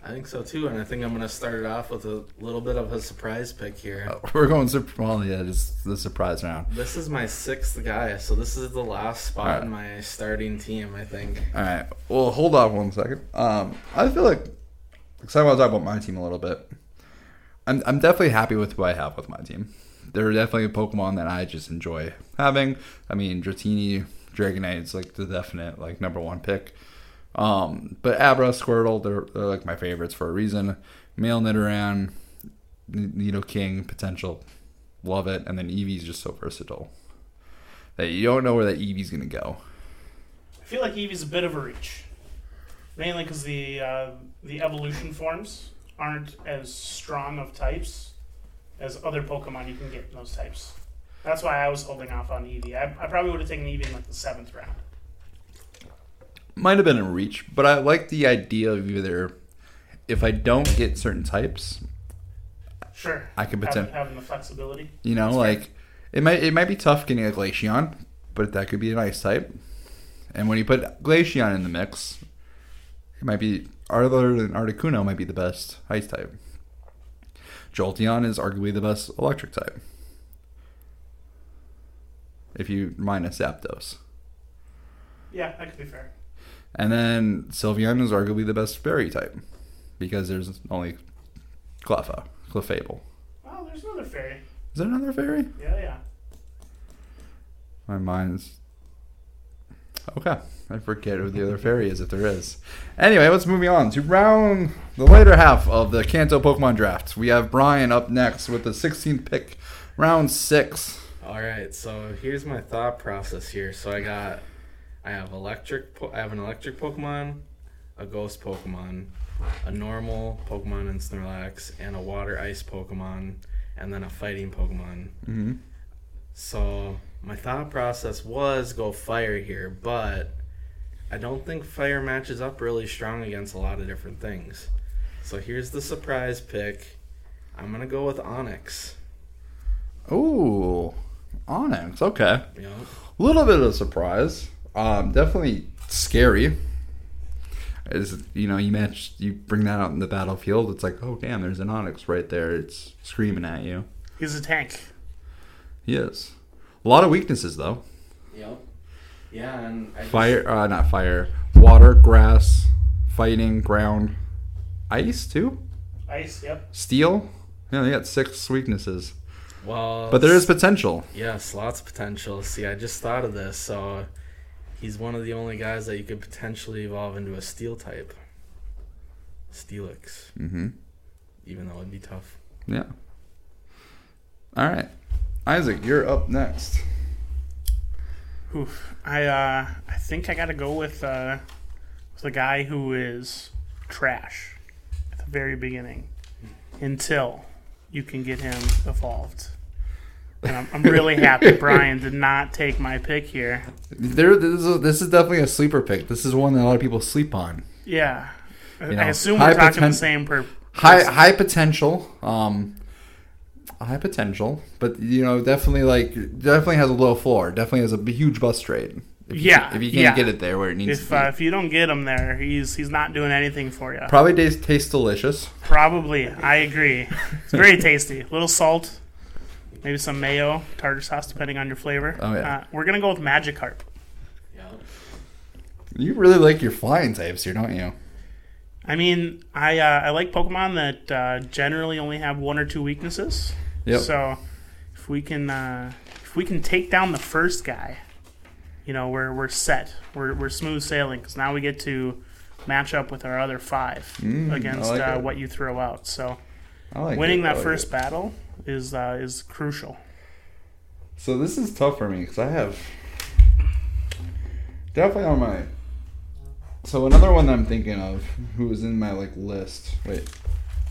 [SPEAKER 2] I think so too, and I think I'm gonna start it off with a little bit of a surprise pick here.
[SPEAKER 1] Oh, *laughs* we're going super. Well, yeah, just the surprise round.
[SPEAKER 2] This is my sixth guy, so this is the last spot
[SPEAKER 1] Alright.
[SPEAKER 2] in my starting team, I think.
[SPEAKER 1] All right. Well, hold on one second. Um, I feel like because I want to talk about my team a little bit. I'm I'm definitely happy with who I have with my team. They're definitely Pokemon that I just enjoy having. I mean, Dratini, Dragonite is like the definite like number one pick. Um, but Abra, Squirtle, they're, they're like my favorites for a reason. Male Nidoran, Nido King, potential, love it. And then Eevee's just so versatile that you don't know where that Eevee's gonna go.
[SPEAKER 3] I feel like Eevee's a bit of a reach, mainly because the uh, the evolution forms aren't as strong of types as other Pokemon you can get in those types. That's why I was holding off on Eevee. I, I probably would have taken Eevee in like the seventh round.
[SPEAKER 1] might have been a reach, but I like the idea of either if I don't get certain types,
[SPEAKER 3] Sure,
[SPEAKER 1] I could
[SPEAKER 3] having,
[SPEAKER 1] pretend,
[SPEAKER 3] having the flexibility.
[SPEAKER 1] you know, like it might it might be tough getting a Glaceon, but that could be a nice type. And when you put Glaceon in the mix, it might be other than Articuno might be the best ice type. Jolteon is arguably the best electric type. If you minus Zapdos.
[SPEAKER 3] Yeah, that could be fair.
[SPEAKER 1] And then Sylveon is arguably the best fairy type because there's only Cleffa, Clefable.
[SPEAKER 3] Oh, there's another fairy.
[SPEAKER 1] Is there another fairy?
[SPEAKER 3] Yeah, yeah.
[SPEAKER 1] My mind's. Okay. I forget who the other fairy is if there is. Anyway, let's move on to round the later half of the Kanto Pokemon draft. We have Brian up next with the 16th pick, round six.
[SPEAKER 2] All right, so here's my thought process here. So I got I have electric. Po- I have an electric Pokemon, a ghost Pokemon, a normal Pokemon and Snorlax, and a water ice Pokemon, and then a fighting Pokemon.
[SPEAKER 1] Mm-hmm.
[SPEAKER 2] So my thought process was go fire here, but I don't think fire matches up really strong against a lot of different things. So here's the surprise pick. I'm gonna go with Onyx.
[SPEAKER 1] Ooh, Onyx. Okay.
[SPEAKER 2] You know,
[SPEAKER 1] little bit of a surprise. Um, definitely scary. As you know, you match, you bring that out in the battlefield. It's like, oh damn, there's an onyx right there. It's screaming at you.
[SPEAKER 3] He's a tank.
[SPEAKER 1] Yes, a lot of weaknesses though.
[SPEAKER 2] Yep. Yeah, and I just-
[SPEAKER 1] Fire, uh, not fire. Water, grass, fighting, ground, ice too.
[SPEAKER 3] Ice. Yep.
[SPEAKER 1] Steel. Yeah, they got six weaknesses,
[SPEAKER 2] well,
[SPEAKER 1] but there is potential.
[SPEAKER 2] yes, lots of potential. See, I just thought of this. So he's one of the only guys that you could potentially evolve into a steel type. Steelix,
[SPEAKER 1] Mm-hmm.
[SPEAKER 2] even though it'd be tough.
[SPEAKER 1] Yeah. All right, Isaac, you're up next.
[SPEAKER 3] Oof. I uh, I think I got to go with uh, with the guy who is trash at the very beginning until you can get him evolved. And I'm, I'm really
[SPEAKER 1] *laughs*
[SPEAKER 3] happy Brian did not take my pick here.
[SPEAKER 1] There, this is, this is definitely a sleeper pick. This is one that a lot of people sleep on.
[SPEAKER 3] Yeah. I-
[SPEAKER 1] You
[SPEAKER 3] I
[SPEAKER 1] know,
[SPEAKER 3] assume
[SPEAKER 1] high
[SPEAKER 3] we're talking
[SPEAKER 1] poten-
[SPEAKER 3] the same per.
[SPEAKER 1] High, high potential. Um, high potential, but you know, definitely like definitely has a low floor. Definitely has a b- huge bust rate. If you
[SPEAKER 3] Yeah,
[SPEAKER 1] can't- if you
[SPEAKER 3] yeah.
[SPEAKER 1] can't get it there where it needs
[SPEAKER 3] If
[SPEAKER 1] to be,
[SPEAKER 3] uh, if you don't get him there, he's he's not doing anything for you.
[SPEAKER 1] probably tastes, tastes delicious.
[SPEAKER 3] Probably, I agree. It's very tasty. A little salt, maybe some mayo, tartar sauce, depending on your flavor.
[SPEAKER 1] Oh, yeah.
[SPEAKER 3] Uh, we're gonna go with Magikarp.
[SPEAKER 2] Yeah.
[SPEAKER 1] You really like your flying types here, don't you?
[SPEAKER 3] I mean, I uh, I like Pokemon that uh, generally only have one or two weaknesses.
[SPEAKER 1] Yep.
[SPEAKER 3] So if we can uh, if we can take down the first guy, you know, we're we're set. We're we're smooth sailing because now we get to match up with our other five
[SPEAKER 1] Mm, I
[SPEAKER 3] against
[SPEAKER 1] like
[SPEAKER 3] uh,
[SPEAKER 1] it.
[SPEAKER 3] what you throw out. So
[SPEAKER 1] I like
[SPEAKER 3] winning
[SPEAKER 1] it, I
[SPEAKER 3] that
[SPEAKER 1] like
[SPEAKER 3] first
[SPEAKER 1] it.
[SPEAKER 3] battle is uh, is crucial.
[SPEAKER 1] So this is tough for me because I have definitely on my. So another one that I'm thinking of, who was in my like list. Wait,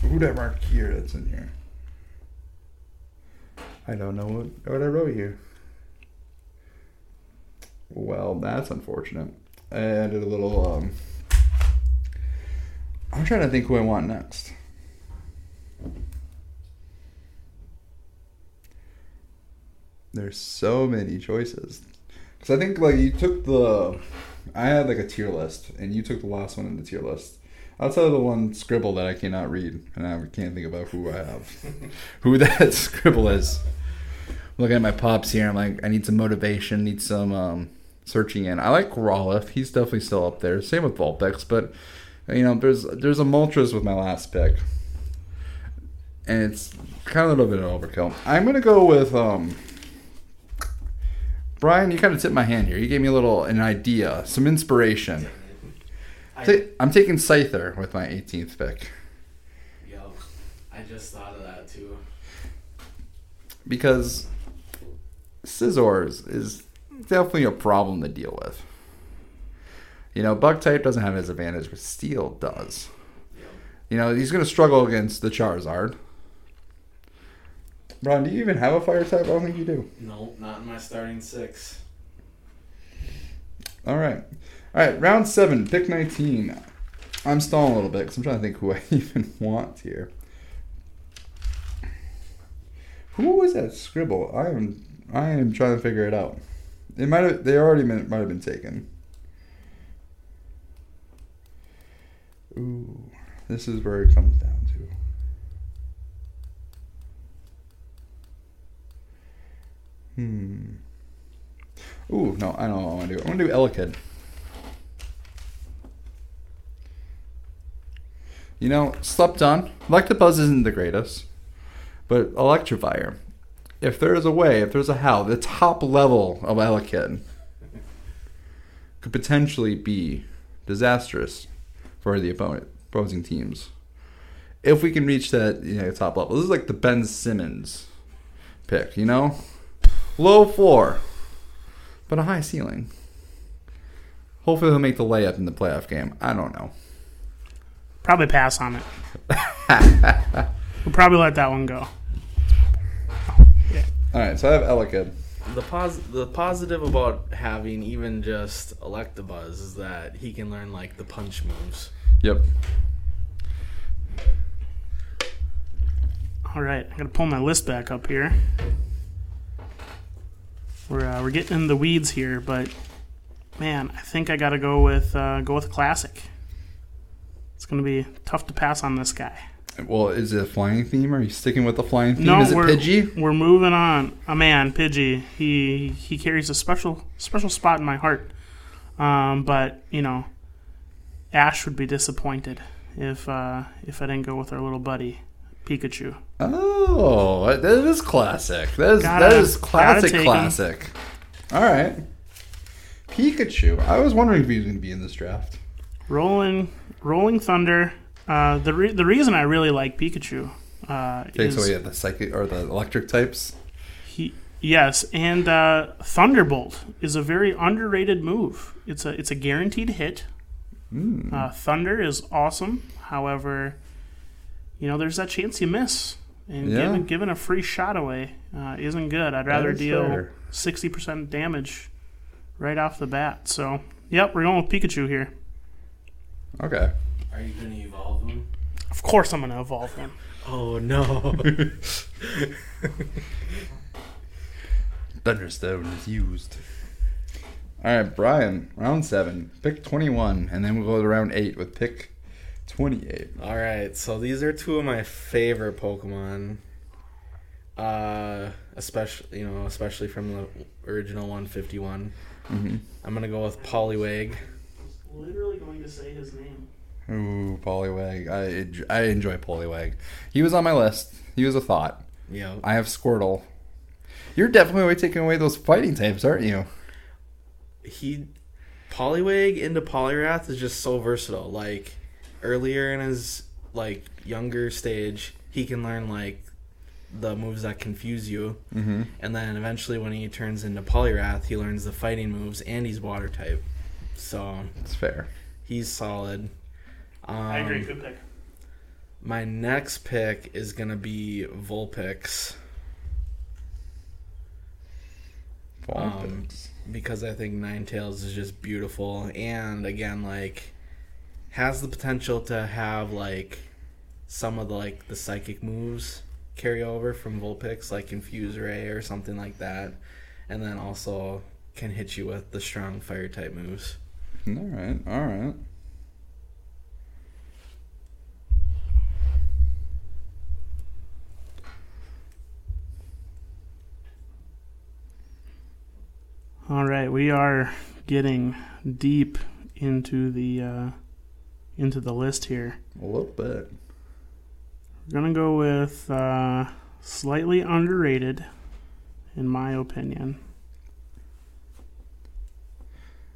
[SPEAKER 1] who'd I mark here? That's in here. I don't know what what I wrote here. Well, that's unfortunate. I added a little. um I'm trying to think who I want next. There's so many choices. Because I think like you took the, I had like a tier list, and you took the last one in the tier list. Outside of the one scribble that I cannot read, and I can't think about who I have, who that *laughs* scribble is. Looking at my pops here, I'm like, I need some motivation, need some um, searching in. I like Rolliff; he's definitely still up there. Same with Vulpix, but you know, there's there's a Moltres with my last pick, and it's kind of a little bit of overkill. I'm gonna go with um, Brian. You kind of tipped my hand here. You gave me a little an idea, some inspiration.
[SPEAKER 2] I,
[SPEAKER 1] Ta- I'm taking Scyther with my 18th pick
[SPEAKER 2] Yo, I just thought of that too.
[SPEAKER 1] because Scissors is definitely a problem to deal with. You know, Bug type doesn't have his advantage, but Steel does. You know, he's going to struggle against the Charizard. Ron, do you even have a fire type? I don't think you do.
[SPEAKER 2] No, not in my starting six.
[SPEAKER 1] All right. All right, round seven, pick 19. I'm stalling a little bit because I'm trying to think who I *laughs* even want here. Who was that scribble? I am I am trying to figure it out. It might have they already been, might have been taken. Ooh, this is where it comes down to. Hmm. Ooh, no, I know what I want to do. I want to do Elekid. You know, slept on. Electabuzz isn't the greatest, but Electrifier. If there is a way, if there's a how, the top level of Elekid could potentially be disastrous for the opponent, opposing teams. If we can reach that you know, top level, this is like the Ben Simmons pick, you know? Low floor, but a high ceiling. Hopefully he'll make the layup in the playoff game. I don't know.
[SPEAKER 3] Probably pass on it. we'll probably let that one go.
[SPEAKER 1] All right, so I have Elikid.
[SPEAKER 2] The pos- the positive about having even just Electabuzz is that he can learn like the punch moves.
[SPEAKER 1] Yep.
[SPEAKER 3] All right, I gotta pull my list back up here. We're uh, we're getting in the weeds here, but man, I think I gotta go with uh, go with classic. It's gonna be tough to pass on this guy.
[SPEAKER 1] Well, is it a flying theme? Are you sticking with the flying theme?
[SPEAKER 3] No,
[SPEAKER 1] is it
[SPEAKER 3] we're
[SPEAKER 1] Pidgey?
[SPEAKER 3] we're moving on. A man, Pidgey. He he carries a special special spot in my heart. Um, but you know, Ash would be disappointed if uh, if I didn't go with our little buddy, Pikachu.
[SPEAKER 1] Oh, that that is classic. That is,
[SPEAKER 3] Gotta-
[SPEAKER 1] that is classic,
[SPEAKER 3] gotta take 'em.
[SPEAKER 1] classic. All right. Pikachu. I was wondering if he was going to be in this draft.
[SPEAKER 3] Rolling Rolling Thunder. Uh, the re- the reason I really like Pikachu uh,
[SPEAKER 1] Okay,
[SPEAKER 3] is
[SPEAKER 1] so yeah, the psychic or the electric types.
[SPEAKER 3] he yes, and uh, Thunderbolt is a very underrated move. It's a it's a guaranteed hit.
[SPEAKER 1] Hmm.
[SPEAKER 3] Uh, Thunder is awesome. However, you know there's that chance you miss, and
[SPEAKER 1] Yeah.
[SPEAKER 3] giving giving a free shot away uh, isn't good. I'd rather
[SPEAKER 1] is
[SPEAKER 3] deal
[SPEAKER 1] fair.
[SPEAKER 3] sixty percent damage right off the bat. So yep, we're going with Pikachu here.
[SPEAKER 1] Okay.
[SPEAKER 2] Are you gonna evolve him?
[SPEAKER 3] Of course, I'm going to evolve him.
[SPEAKER 2] Oh no! *laughs*
[SPEAKER 1] Thunderstone is used. All right, Brian, round seven, pick 21, and then we'll go to round eight with pick 28.
[SPEAKER 2] All right, so these are two of my favorite Pokemon. Uh, especially you know, especially from the original 151.
[SPEAKER 1] Mm-hmm.
[SPEAKER 2] I'm gonna go with Poliwag.
[SPEAKER 3] literally going to say his name.
[SPEAKER 1] Ooh, Poliwag. I, en- I enjoy Poliwag. He was on my list, he was a thought.
[SPEAKER 2] Yeah,
[SPEAKER 1] I have Squirtle. You're definitely taking away those fighting types, aren't you?
[SPEAKER 2] he Poliwag into Polyrath is just so versatile. Like earlier in his like younger stage, he can learn like the moves that confuse you, mm-hmm. and then eventually when he turns into Polyrath, he learns the fighting moves and he's water type. So
[SPEAKER 1] It's fair.
[SPEAKER 2] he's solid. Um,
[SPEAKER 3] I agree. Good pick.
[SPEAKER 2] My next pick is gonna be Vulpix Um, because I think Ninetales is just beautiful and again like has the potential to have like some of the like the psychic moves carry over from Vulpix, like Infuse Ray or something like that. And then also can hit you with the strong fire type moves.
[SPEAKER 1] all right, all right.
[SPEAKER 3] All right, we are getting deep into the uh, into the list here.
[SPEAKER 1] A little bit.
[SPEAKER 3] We're gonna go with uh, slightly underrated, in my opinion.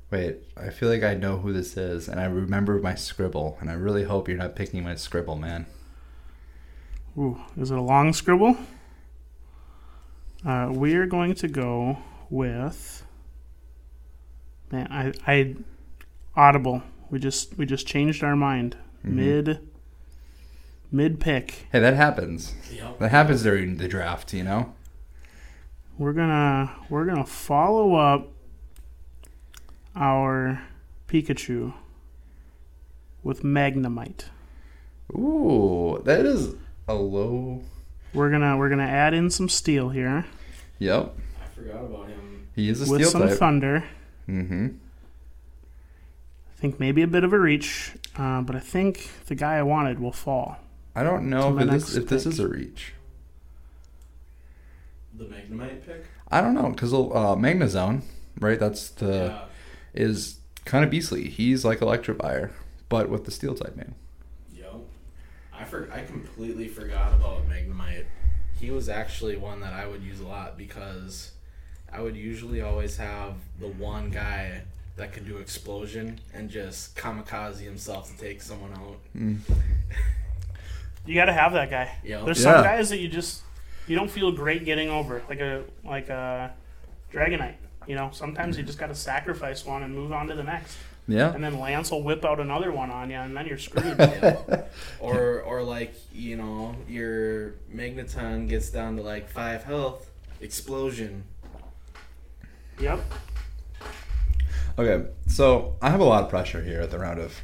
[SPEAKER 1] Wait, I feel like I know who this is, and I remember my scribble, and I really hope you're not picking my scribble, man.
[SPEAKER 3] Ooh, is it a long scribble? Uh, we are going to go with man. I, I audible. We just we just changed our mind mid mid pick.
[SPEAKER 1] Hey, that happens. That happens during the draft, you know?
[SPEAKER 3] We're gonna we're gonna follow up our Pikachu with Magnemite.
[SPEAKER 1] Ooh, that is a low.
[SPEAKER 3] We're gonna we're gonna add in some steel here
[SPEAKER 1] Yep.
[SPEAKER 2] I forgot about him.
[SPEAKER 1] He is a
[SPEAKER 3] with
[SPEAKER 1] steel
[SPEAKER 3] some
[SPEAKER 1] type.
[SPEAKER 3] thunder.
[SPEAKER 1] mm-hmm.
[SPEAKER 3] I think maybe a bit of a reach, uh, but I think the guy I wanted will fall.
[SPEAKER 1] I don't know
[SPEAKER 3] To
[SPEAKER 1] if
[SPEAKER 3] my
[SPEAKER 1] this,
[SPEAKER 3] next
[SPEAKER 1] if this
[SPEAKER 3] pick.
[SPEAKER 1] is a reach.
[SPEAKER 2] The Magnemite pick?
[SPEAKER 1] I don't know, because uh, Magnezone, right? That's the. Is kind of beastly. He's like Electrovire, but with the steel type name.
[SPEAKER 2] Yo, I for, I completely forgot about Magnemite. He was actually one that I would use a lot because I would usually always have the one guy that could do explosion and just kamikaze himself to take someone out.
[SPEAKER 3] You got to have that guy.
[SPEAKER 2] Yo,
[SPEAKER 3] There's
[SPEAKER 1] Oh, Yeah.
[SPEAKER 3] some guys that you just you don't feel great getting over, like a like a Dragonite. You know, sometimes you just got to sacrifice one and move on to the next.
[SPEAKER 1] Yeah.
[SPEAKER 3] And then Lance will whip out another one on you, and then you're screwed.
[SPEAKER 1] *laughs*
[SPEAKER 2] Or or like you know your magneton gets down to like five health, explosion.
[SPEAKER 3] yep.
[SPEAKER 1] Okay, so I have a lot of pressure here at the round of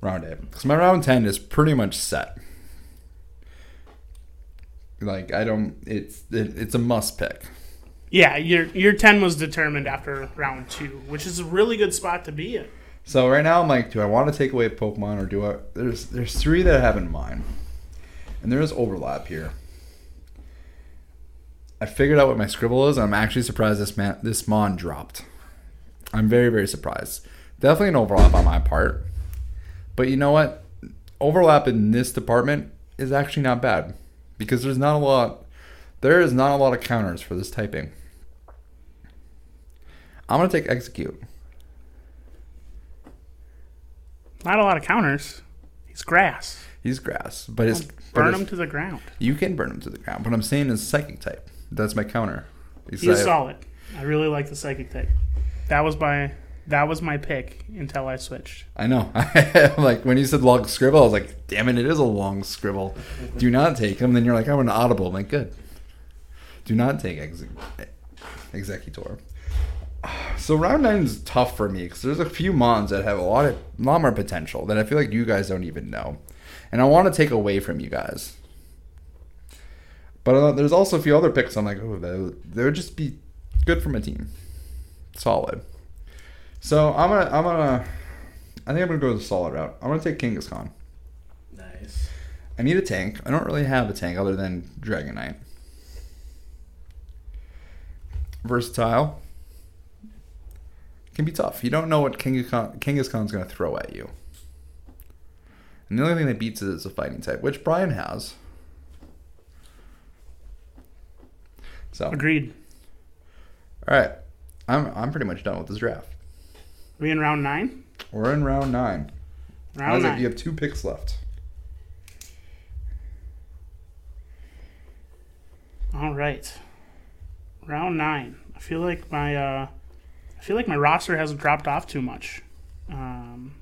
[SPEAKER 1] round eight because my round ten is pretty much set. Like I don't, it's it, it's a must pick.
[SPEAKER 3] Yeah, your your ten was determined after round two, which is a really good spot to be in.
[SPEAKER 1] So right now I'm like, do I want to take away Pokemon or do I? There's there's three that I have in mind, and there is overlap here. I figured out what my scribble is. And I'm actually surprised this man this mon dropped. I'm very very surprised. Definitely an overlap on my part, but you know what? Overlap in this department is actually not bad because there's not a lot. There is not a lot of counters for this typing. I'm gonna take execute.
[SPEAKER 3] Not a lot of counters. He's grass.
[SPEAKER 1] He's grass, but his but
[SPEAKER 3] Burn
[SPEAKER 1] his-
[SPEAKER 3] him to the ground.
[SPEAKER 1] You can burn him to the ground. What I'm saying is psychic type. That's my counter. Because
[SPEAKER 3] He's
[SPEAKER 1] I-
[SPEAKER 3] solid. I really like the psychic type. That was my that was my pick until I switched.
[SPEAKER 1] I know. *laughs* like when you said long scribble, I was like, damn it, it is a long scribble. Do not take him. Then you're like, I'm an audible. I'm like, good. Do not take ex- executor. So round nine is tough for me because there's a few mons that have a lot of a lot more potential that I feel like you guys don't even know, and I want to take away from you guys. But uh, there's also a few other picks. I'm like, oh, they they would just be good from a team, solid. So I'm gonna I'm gonna I think I'm gonna go the solid route. I'm gonna take Kangaskhan.
[SPEAKER 2] Nice.
[SPEAKER 1] I need a tank. I don't really have a tank other than Dragonite. Versatile. Can be tough. You don't know what Kangaskhan, Kangaskhan's gonna throw at you. And the only thing that beats it is a fighting type, which Brian has. So, all
[SPEAKER 3] Agreed.
[SPEAKER 1] right, I'm I'm pretty much done with this draft.
[SPEAKER 3] We in round nine.
[SPEAKER 1] We're in round nine.
[SPEAKER 3] Round
[SPEAKER 1] Isaac,
[SPEAKER 3] nine.
[SPEAKER 1] you have two picks left.
[SPEAKER 3] All right. Round nine. I feel like my uh, I feel like my roster has dropped off too much, um,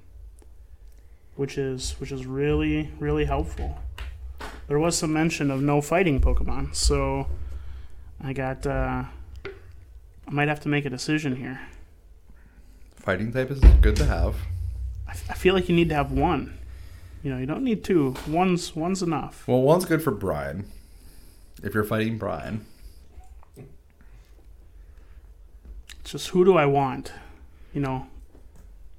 [SPEAKER 3] which is which is really really helpful. There was some mention of no fighting Pokemon, so I got uh, I might have to make a decision here.
[SPEAKER 1] Fighting type is good to have.
[SPEAKER 3] I, f- I feel like you need to have one. You know, you don't need two. One's one's enough.
[SPEAKER 1] Well, one's good for Brian. If you're fighting Brian,
[SPEAKER 3] It's just who do I want? You know,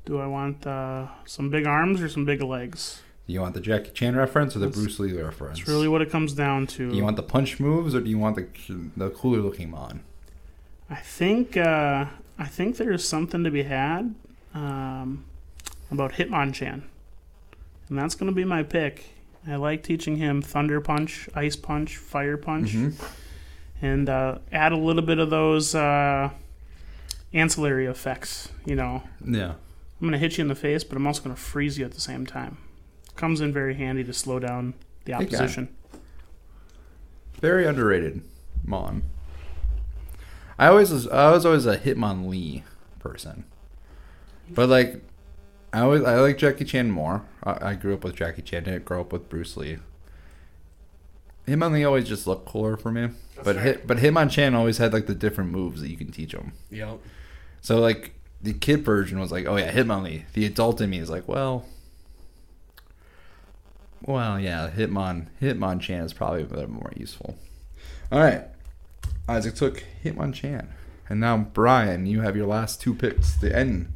[SPEAKER 3] do I want uh, some big arms or some big legs?
[SPEAKER 1] do you want the Jackie Chan reference or the
[SPEAKER 3] That's-
[SPEAKER 1] Bruce Lee reference?
[SPEAKER 3] It's really what it comes down to.
[SPEAKER 1] do you want the punch moves or do you want the the cooler looking mon?
[SPEAKER 3] I think uh, I think there is something to be had um, about Hitmonchan, and that's going to be my pick. I like teaching him Thunder Punch, Ice Punch, Fire Punch,
[SPEAKER 1] Mm-hmm.
[SPEAKER 3] and uh, add a little bit of those uh, ancillary effects. You know,
[SPEAKER 1] Yeah,
[SPEAKER 3] I'm going to hit you in the face, but I'm also going to freeze you at the same time. Comes in very handy to slow down the
[SPEAKER 1] Big guy.
[SPEAKER 3] opposition.
[SPEAKER 1] very underrated mon. I always was, I was always a Hitmon Lee person, but like I always I like Jackie Chan more. I, I grew up with Jackie Chan. Didn't grow up with Bruce Lee. Hitmon Lee always just looked cooler for me, but
[SPEAKER 2] fair.
[SPEAKER 1] hit, but Hitmon Chan always had like the different moves that you can teach him.
[SPEAKER 2] Yep.
[SPEAKER 1] So like the kid version was like, oh yeah, Hitmonlee. The adult in me is like, well, well yeah, Hitmon Hitmonchan is probably a bit more useful. All right, Isaac took Hitmonchan, and now Brian, you have your last two picks to end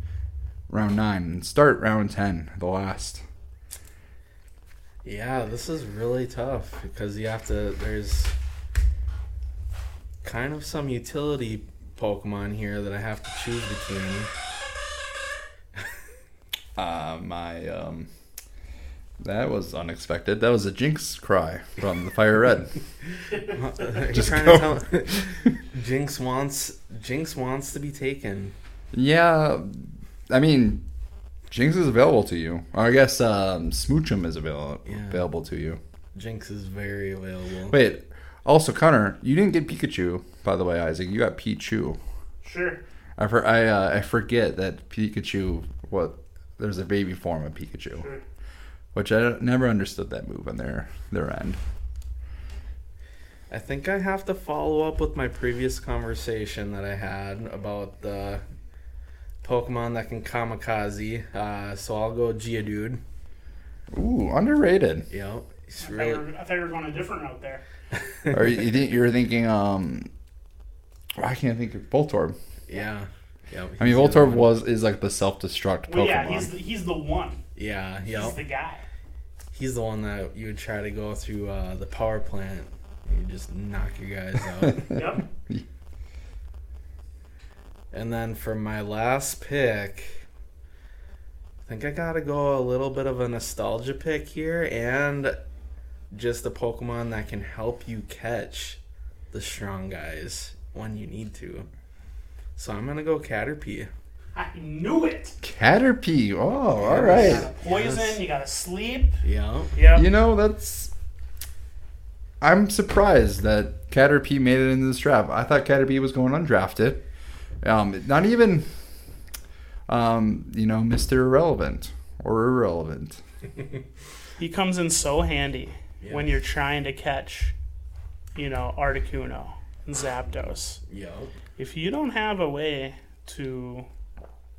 [SPEAKER 1] round nine and start round ten, the last.
[SPEAKER 2] Yeah, this is really tough because you have to. There's kind of some utility Pokemon here that I have to choose between. *laughs*
[SPEAKER 1] Uh, my um, that was unexpected. That was a jinx cry from the fire red.
[SPEAKER 2] Are you
[SPEAKER 1] Just
[SPEAKER 2] trying
[SPEAKER 1] go.
[SPEAKER 2] to tell *laughs* Jinx wants Jinx wants to be taken.
[SPEAKER 1] *laughs* Yeah, I mean, Jinx is available to you. Or I guess um, Smoochum is avail-
[SPEAKER 2] Yeah.
[SPEAKER 1] available to you.
[SPEAKER 2] Jinx is very available.
[SPEAKER 1] Wait, also Connor, you didn't get Pikachu, by the way, Isaac. You got Pichu.
[SPEAKER 3] Sure.
[SPEAKER 1] I for, I uh, I forget that Pikachu. What there's a baby form of Pikachu,
[SPEAKER 3] Sure.
[SPEAKER 1] which I don't- never understood that move on their their end.
[SPEAKER 2] I think I have to follow up with my previous conversation that I had about the Pokemon that can kamikaze. Uh, so I'll go Geodude.
[SPEAKER 1] Ooh, underrated.
[SPEAKER 2] Yep. It's
[SPEAKER 3] I thought, you
[SPEAKER 2] really
[SPEAKER 3] were, I thought you were going a different route there.
[SPEAKER 1] or you, you think you're thinking? Um, I can't I think of Voltorb.
[SPEAKER 2] *laughs* yeah. Yep,
[SPEAKER 1] I mean,
[SPEAKER 2] he's the other
[SPEAKER 1] Voltorb
[SPEAKER 2] one.
[SPEAKER 1] was is like the self destruct Pokemon.
[SPEAKER 3] Well, yeah, he's the, he's the one.
[SPEAKER 2] Yeah,
[SPEAKER 3] He's
[SPEAKER 2] yep. *laughs*
[SPEAKER 3] the guy.
[SPEAKER 2] He's the one that you would try to go through uh, the power plant. You just knock your guys out.
[SPEAKER 3] *laughs* Yep.
[SPEAKER 2] And then for my last pick, I think I gotta go a little bit of a nostalgia pick here and just a Pokemon that can help you catch the strong guys when you need to. So I'm gonna go Caterpie.
[SPEAKER 3] I knew it.
[SPEAKER 1] Caterpie. Oh, all
[SPEAKER 3] You
[SPEAKER 1] right.
[SPEAKER 3] got to poison.
[SPEAKER 2] Yes.
[SPEAKER 3] You got to sleep.
[SPEAKER 2] Yeah.
[SPEAKER 3] Yep.
[SPEAKER 1] You know, that's. I'm surprised that Caterpie made it into this draft. I thought Caterpie was going undrafted. Um, not even, um, you know, Mr. Irrelevant or irrelevant.
[SPEAKER 3] He comes in so handy
[SPEAKER 2] Yeah.
[SPEAKER 3] when you're trying to catch, you know, Articuno and Zapdos.
[SPEAKER 2] Yeah.
[SPEAKER 3] If you don't have a way to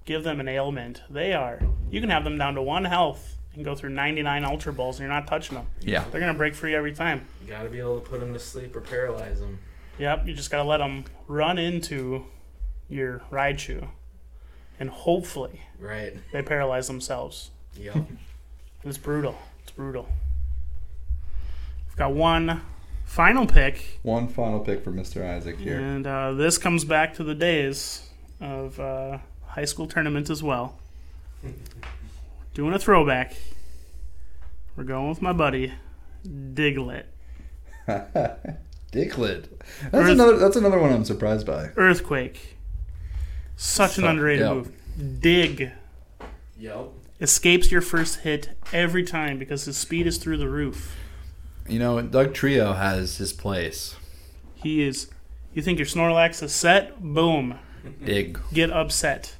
[SPEAKER 3] give them an ailment, they are. You can have them down to one health and go through 99 Ultra Balls and you're not touching them.
[SPEAKER 1] Yeah.
[SPEAKER 3] They're going to break free every time.
[SPEAKER 2] You gotta be able to put them to sleep or paralyze them.
[SPEAKER 3] Yep, you just got to let them run into your Raichu. And hopefully
[SPEAKER 2] Right.
[SPEAKER 3] they paralyze themselves. *laughs*
[SPEAKER 2] Yeah.
[SPEAKER 3] It's brutal. It's brutal. We've got one final pick,
[SPEAKER 1] One final pick for Mr. Isaac here.
[SPEAKER 3] and uh, this comes back to the days of uh, high school tournament
[SPEAKER 1] *laughs*
[SPEAKER 3] as well. Doing a throwback. We're going with my buddy, Diglett.
[SPEAKER 1] *laughs* Diglett. That's
[SPEAKER 3] Where's-
[SPEAKER 1] another. That's another one I'm surprised by.
[SPEAKER 3] Earthquake. Such an
[SPEAKER 1] Suck-
[SPEAKER 3] underrated
[SPEAKER 1] yeah.
[SPEAKER 3] move. Dig
[SPEAKER 2] Yep.
[SPEAKER 3] escapes your first hit every time because his speed is through the roof.
[SPEAKER 1] You know, Doug Trio has his place.
[SPEAKER 3] He is. You think your Snorlax is set? Boom.
[SPEAKER 1] Dig.
[SPEAKER 3] Get upset.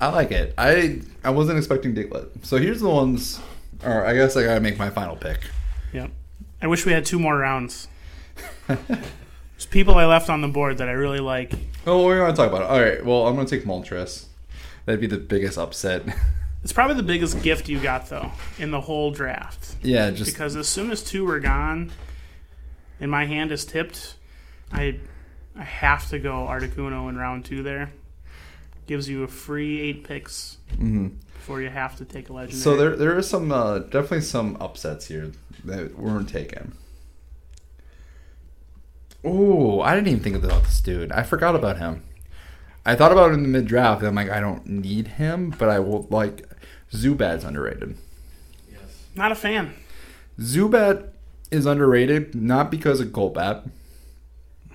[SPEAKER 1] I like it. I I wasn't expecting Diglett. So here's the ones. Or I guess I gotta make my final pick.
[SPEAKER 3] Yep. I wish we had two more rounds. There's people I left on the board that I really like.
[SPEAKER 1] Oh, we're gonna talk about it. All right. Well, I'm gonna take Moltres. That'd be the biggest upset.
[SPEAKER 3] It's probably the biggest gift you got though in the whole draft
[SPEAKER 1] *laughs* yeah, just
[SPEAKER 3] because as soon as two were gone, and my hand is tipped, I I have to go Articuno in round two. There gives you a free eight picks before you have to take a legendary.
[SPEAKER 1] Mm-hmm. so there there are some uh, definitely some upsets here that weren't taken. Ooh, I didn't even think about this dude. I forgot about him. I thought about him in the mid draft. and I'm like, I don't need him, but I will like Zubat's underrated.
[SPEAKER 2] Yes.
[SPEAKER 3] not a fan.
[SPEAKER 1] Zubat is underrated not because of Golbat,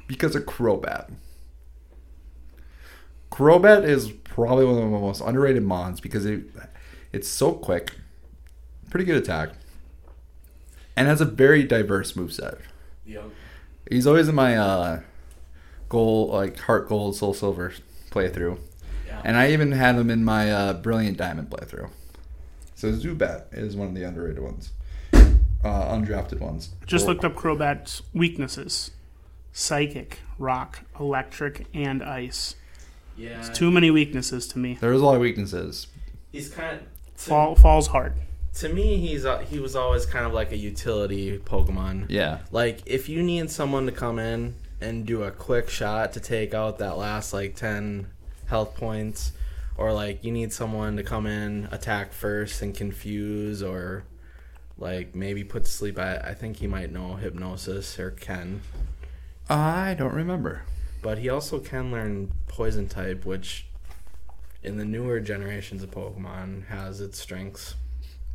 [SPEAKER 1] because of Crobat. Crobat is probably one of the most underrated mons because it it's so quick, pretty good attack, and has a very diverse moveset.
[SPEAKER 2] Yep.
[SPEAKER 1] He's always in my uh, goal like heart gold soul silver playthrough,
[SPEAKER 2] Yeah.
[SPEAKER 1] and I even had him in my uh, brilliant diamond playthrough. So Zubat is one of the underrated ones, uh, undrafted ones.
[SPEAKER 3] Just
[SPEAKER 1] Or-
[SPEAKER 3] looked up Crobat's weaknesses: psychic, rock, electric, and ice.
[SPEAKER 2] yeah.
[SPEAKER 3] Too many weaknesses to me.
[SPEAKER 1] There's a lot of weaknesses.
[SPEAKER 2] He's kind
[SPEAKER 3] Fall, falls hard.
[SPEAKER 2] to me he's uh, he was always kind of like a utility Pokemon.
[SPEAKER 1] Yeah.
[SPEAKER 2] Like if you need someone to come in and do a quick shot to take out that last like 10 health points or like you need someone to come in attack first and confuse or like maybe put to sleep I, I think he might know hypnosis or can
[SPEAKER 1] I don't remember.
[SPEAKER 2] but he also can learn poison type which in the newer generations of Pokemon has its strengths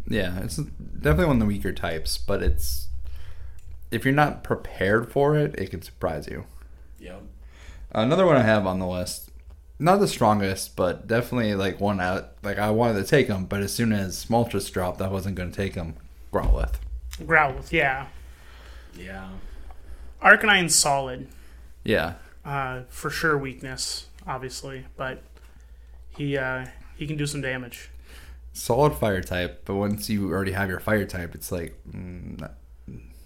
[SPEAKER 1] Yeah, it's definitely one of the weaker types, but it's if you're not prepared for it, it can surprise you.
[SPEAKER 2] yep
[SPEAKER 1] Another one I have on the list, not the strongest, but definitely like one out. Like I wanted to take him, but as soon as Moltres dropped, I wasn't going to take him. Growlithe.
[SPEAKER 3] Growlithe, yeah.
[SPEAKER 2] yeah
[SPEAKER 3] Arcanine's solid.
[SPEAKER 1] Yeah,
[SPEAKER 3] uh, for sure weakness, obviously, but he uh, he can do some damage.
[SPEAKER 1] Solid fire type, but once you already have your fire type, it's like mm, not,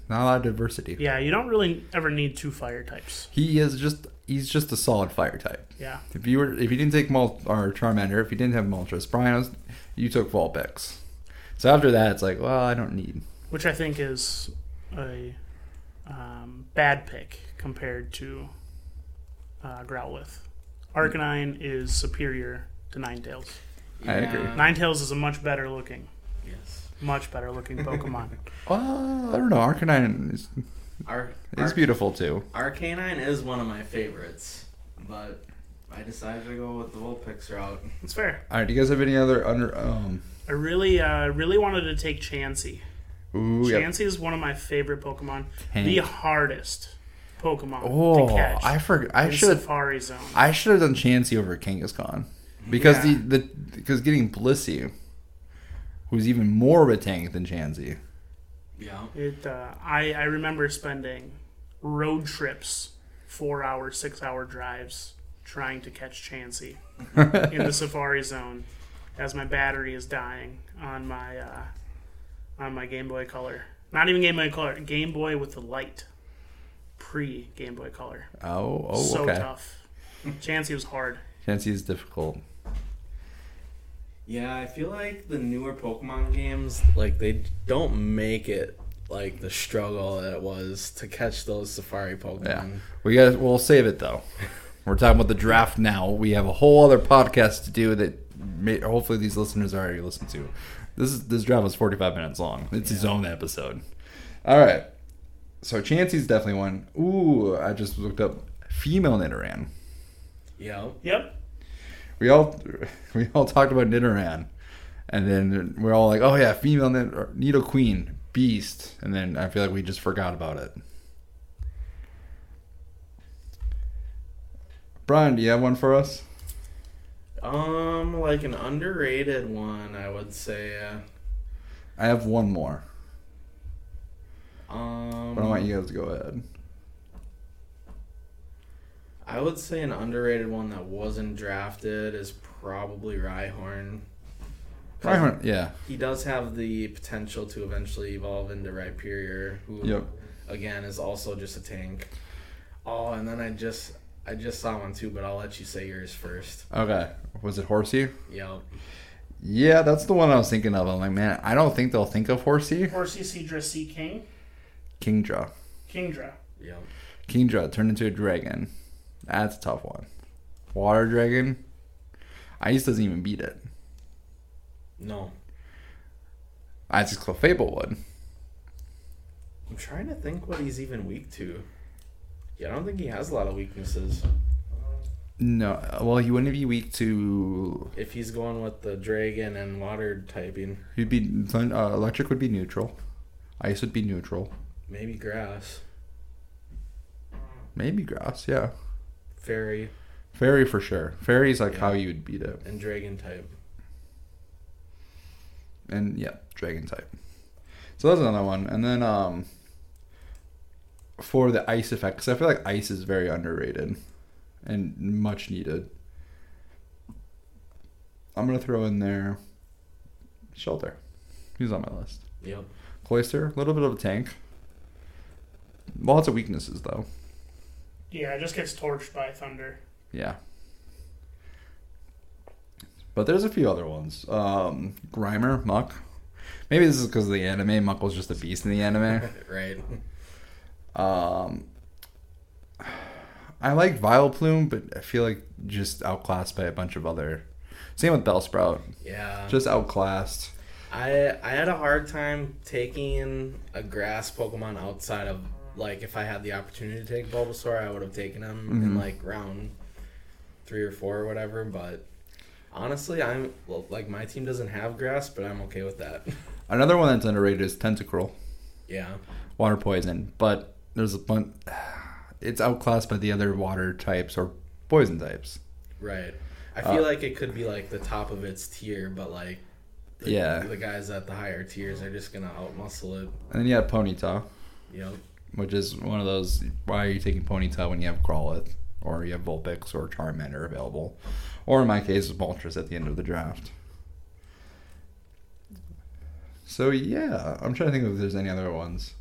[SPEAKER 1] not a lot of diversity.
[SPEAKER 3] Yeah, you don't really ever need two fire types.
[SPEAKER 1] He is just he's just a solid fire type.
[SPEAKER 3] Yeah,
[SPEAKER 1] If you were if you didn't take Mal or Charmander, if you didn't have Moltres, Brianos, you took Vulpix. So after that, it's like, well, I don't need.
[SPEAKER 3] which I think is a um, bad pick compared to uh, Growlithe. Arcanine is superior to Ninetales.
[SPEAKER 1] I agree.
[SPEAKER 2] Uh.
[SPEAKER 3] Ninetales is a much better looking,
[SPEAKER 2] Yes.
[SPEAKER 3] much better looking Pokemon.
[SPEAKER 1] Well, I don't know. Arcanine is,
[SPEAKER 2] Our,
[SPEAKER 1] is beautiful too.
[SPEAKER 2] our canine is one of my favorites, but I decided to go with the Vulpix route.
[SPEAKER 3] it's fair.
[SPEAKER 1] All right, do you guys have any other under? Um,
[SPEAKER 3] I really, uh, really wanted to take Chansey.
[SPEAKER 1] ooh, yeah.
[SPEAKER 3] Chansey is one of my favorite Pokemon.
[SPEAKER 1] Hank.
[SPEAKER 3] The hardest Pokemon to
[SPEAKER 1] Oh,
[SPEAKER 3] catch.
[SPEAKER 1] I forgot. I
[SPEAKER 3] in
[SPEAKER 1] should.
[SPEAKER 3] Safari Zone.
[SPEAKER 1] I should have done Chansey over Kangaskhan because
[SPEAKER 3] Yeah.
[SPEAKER 1] the the because getting Blissey, who's even more of a tank than Chansey.
[SPEAKER 2] Yeah.
[SPEAKER 3] It. Uh, I I remember spending road trips, four hour, six hour drives trying to catch
[SPEAKER 1] *laughs*
[SPEAKER 3] Chansey in the Safari Zone, as my battery is dying on my uh, on my Game Boy Color. Not even Game Boy Color. Game Boy with the light. Pre Game Boy Color.
[SPEAKER 1] Oh, oh,
[SPEAKER 3] so
[SPEAKER 1] okay.
[SPEAKER 3] tough. Chansey was hard.
[SPEAKER 1] Chansey is difficult.
[SPEAKER 2] Yeah, I feel like the newer Pokemon games, like they don't make it like the struggle that it was to catch those Safari Pokemon.
[SPEAKER 1] Yeah, we got. We'll save it though. We're talking about the draft now. We have a whole other podcast to do that. May, hopefully, these listeners already listened to. This is this draft was forty five minutes long. It's his own episode. All right. So Chansey's definitely one. Ooh, I just looked up female Nidoran.
[SPEAKER 2] Yeah.
[SPEAKER 3] Yep.
[SPEAKER 1] We all *laughs* we all talked about Nidoran, and then we're all like, "Oh yeah, female Nid- or Nido Queen, Beast," and then I feel like we just forgot about it. Brian, do you have one for us?
[SPEAKER 2] Um, like an underrated one, I would say. Uh,
[SPEAKER 1] I have one more,
[SPEAKER 2] um,
[SPEAKER 1] but I want you guys to go ahead.
[SPEAKER 2] I would say an underrated one that wasn't drafted is probably Rhyhorn.
[SPEAKER 1] Rhyhorn, yeah,
[SPEAKER 2] He does have the potential to eventually evolve into Rhyperior, who
[SPEAKER 1] Yep.
[SPEAKER 2] again is also just a tank. Oh, and then I just I just saw one too, but I'll let you say yours first.
[SPEAKER 1] okay. Was it Horsey?
[SPEAKER 2] Yep.
[SPEAKER 1] Yeah, that's the one I was thinking of. I'm like, man, I don't think they'll think of Horsey.
[SPEAKER 3] Horsey, Cedra, Sea King,
[SPEAKER 1] Kingdra,
[SPEAKER 3] Kingdra.
[SPEAKER 2] Yep.
[SPEAKER 1] Kingdra turned into a dragon. That's a tough one. Water dragon. Ice doesn't even beat it.
[SPEAKER 2] No.
[SPEAKER 1] That's Clefable would.
[SPEAKER 2] I'm trying to think what he's even weak to. Yeah, I don't think he has a lot of weaknesses.
[SPEAKER 1] No, well, he wouldn't be weak to.
[SPEAKER 2] If he's going with the dragon and water typing,
[SPEAKER 1] He'd be uh, electric would be neutral, ice would be neutral,
[SPEAKER 2] maybe grass,
[SPEAKER 1] maybe grass. Yeah,
[SPEAKER 2] fairy,
[SPEAKER 1] fairy for sure. Fairy's like how
[SPEAKER 2] Yeah.
[SPEAKER 1] you would beat it,
[SPEAKER 2] and dragon type.
[SPEAKER 1] and yeah, dragon type. So that's another one. And then um, for the ice effect, because I feel like ice is very underrated and much needed. I'm gonna throw in there. Shelter, he's on my list.
[SPEAKER 2] Yep.
[SPEAKER 1] Cloister, a little bit of a tank. Lots of weaknesses though.
[SPEAKER 3] Yeah, it just gets torched by thunder.
[SPEAKER 1] Yeah. But there's a few other ones. Um, Grimer, Muck. Maybe this is because of the anime. Muck was just a beast in the anime.
[SPEAKER 2] *laughs* Right.
[SPEAKER 1] um, I like Vileplume, but I feel like just outclassed by a bunch of other. Same with Bellsprout,
[SPEAKER 2] Yeah.
[SPEAKER 1] just outclassed.
[SPEAKER 2] I I had a hard time taking a grass Pokemon outside of like if I had the opportunity to take Bulbasaur, I would have taken him in
[SPEAKER 1] Mhm.
[SPEAKER 2] like round three or four or whatever. But honestly, I'm well, like my team doesn't have grass, but I'm okay with that. *laughs*
[SPEAKER 1] Another one that's underrated is Tentacruel.
[SPEAKER 2] yeah,
[SPEAKER 1] water poison, but there's a bunch. *sighs* It's outclassed by the other water types or poison types.
[SPEAKER 2] right. I
[SPEAKER 1] Uh,
[SPEAKER 2] feel like it could be like the top of its tier, but like the,
[SPEAKER 1] Yeah.
[SPEAKER 2] the guys at the higher tiers are just gonna outmuscle it.
[SPEAKER 1] And then you have Ponyta,
[SPEAKER 2] You know,
[SPEAKER 1] which is one of those. Why are you taking Ponyta when you have Growlithe? or you have Vulpix or Charmander available, or in my case, Moltres at the end of the draft. So yeah, I'm trying to think if there's any other ones.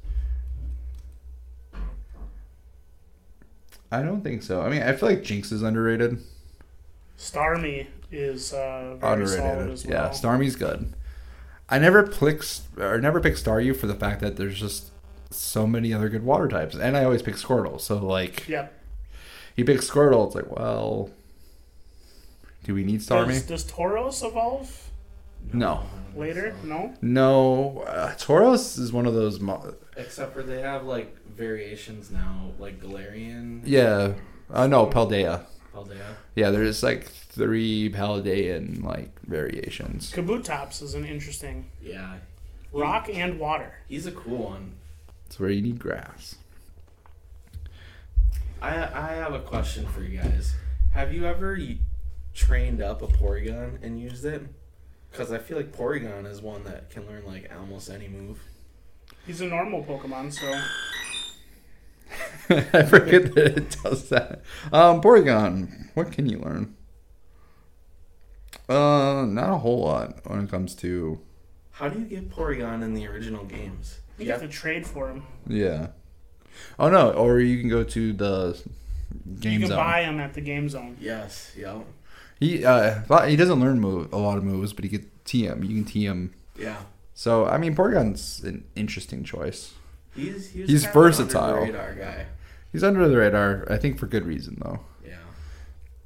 [SPEAKER 1] I don't think so. I mean, I feel like Jinx is underrated.
[SPEAKER 3] Starmie is uh, very solid as well.
[SPEAKER 1] Yeah, Starmie's good. I never pick or never pick Staryu for the fact that there's just so many other good water types, and I always pick Squirtle. So like,
[SPEAKER 3] Yep.
[SPEAKER 1] you pick Squirtle, it's like, well, do we need
[SPEAKER 3] Does,
[SPEAKER 1] Starmie?
[SPEAKER 3] does Tauros evolve
[SPEAKER 1] No,
[SPEAKER 3] later? No.
[SPEAKER 1] no. Uh, Tauros is one of those. Mo-
[SPEAKER 2] Except for they have like variations now, like Galarian,
[SPEAKER 1] yeah, uh, no, Paldea.
[SPEAKER 2] Paldea.
[SPEAKER 1] Yeah, there's like three Paldean like variations.
[SPEAKER 3] Kabutops is an interesting
[SPEAKER 2] Yeah,
[SPEAKER 3] rock and water.
[SPEAKER 2] he's a cool one.
[SPEAKER 1] It's where you need grass. *laughs*
[SPEAKER 2] I I have a question for you guys. Have you ever y- trained up a Porygon and used it? Because I feel like Porygon is one that can learn like almost any move.
[SPEAKER 3] He's a normal Pokemon, so
[SPEAKER 1] I forget that it does that. Um, Porygon, what can you learn? Uh, not a whole lot when it comes to
[SPEAKER 2] How do you get Porygon in the original games?
[SPEAKER 3] you
[SPEAKER 2] Yeah.
[SPEAKER 3] have to trade for him.
[SPEAKER 1] yeah. Oh no, or you can go to the
[SPEAKER 3] You
[SPEAKER 1] game
[SPEAKER 3] can
[SPEAKER 1] zone.
[SPEAKER 3] buy him at the game zone.
[SPEAKER 2] Yes. Yep.
[SPEAKER 1] He uh, but he doesn't learn move a lot of moves, but he can TM. You can TM.
[SPEAKER 2] Yeah.
[SPEAKER 1] So I mean, Porygon's an interesting choice.
[SPEAKER 2] He's he's,
[SPEAKER 1] He's
[SPEAKER 2] kind of an
[SPEAKER 1] versatile.
[SPEAKER 2] under the radar guy.
[SPEAKER 1] He's under the radar, I think, for good reason though.
[SPEAKER 2] Yeah.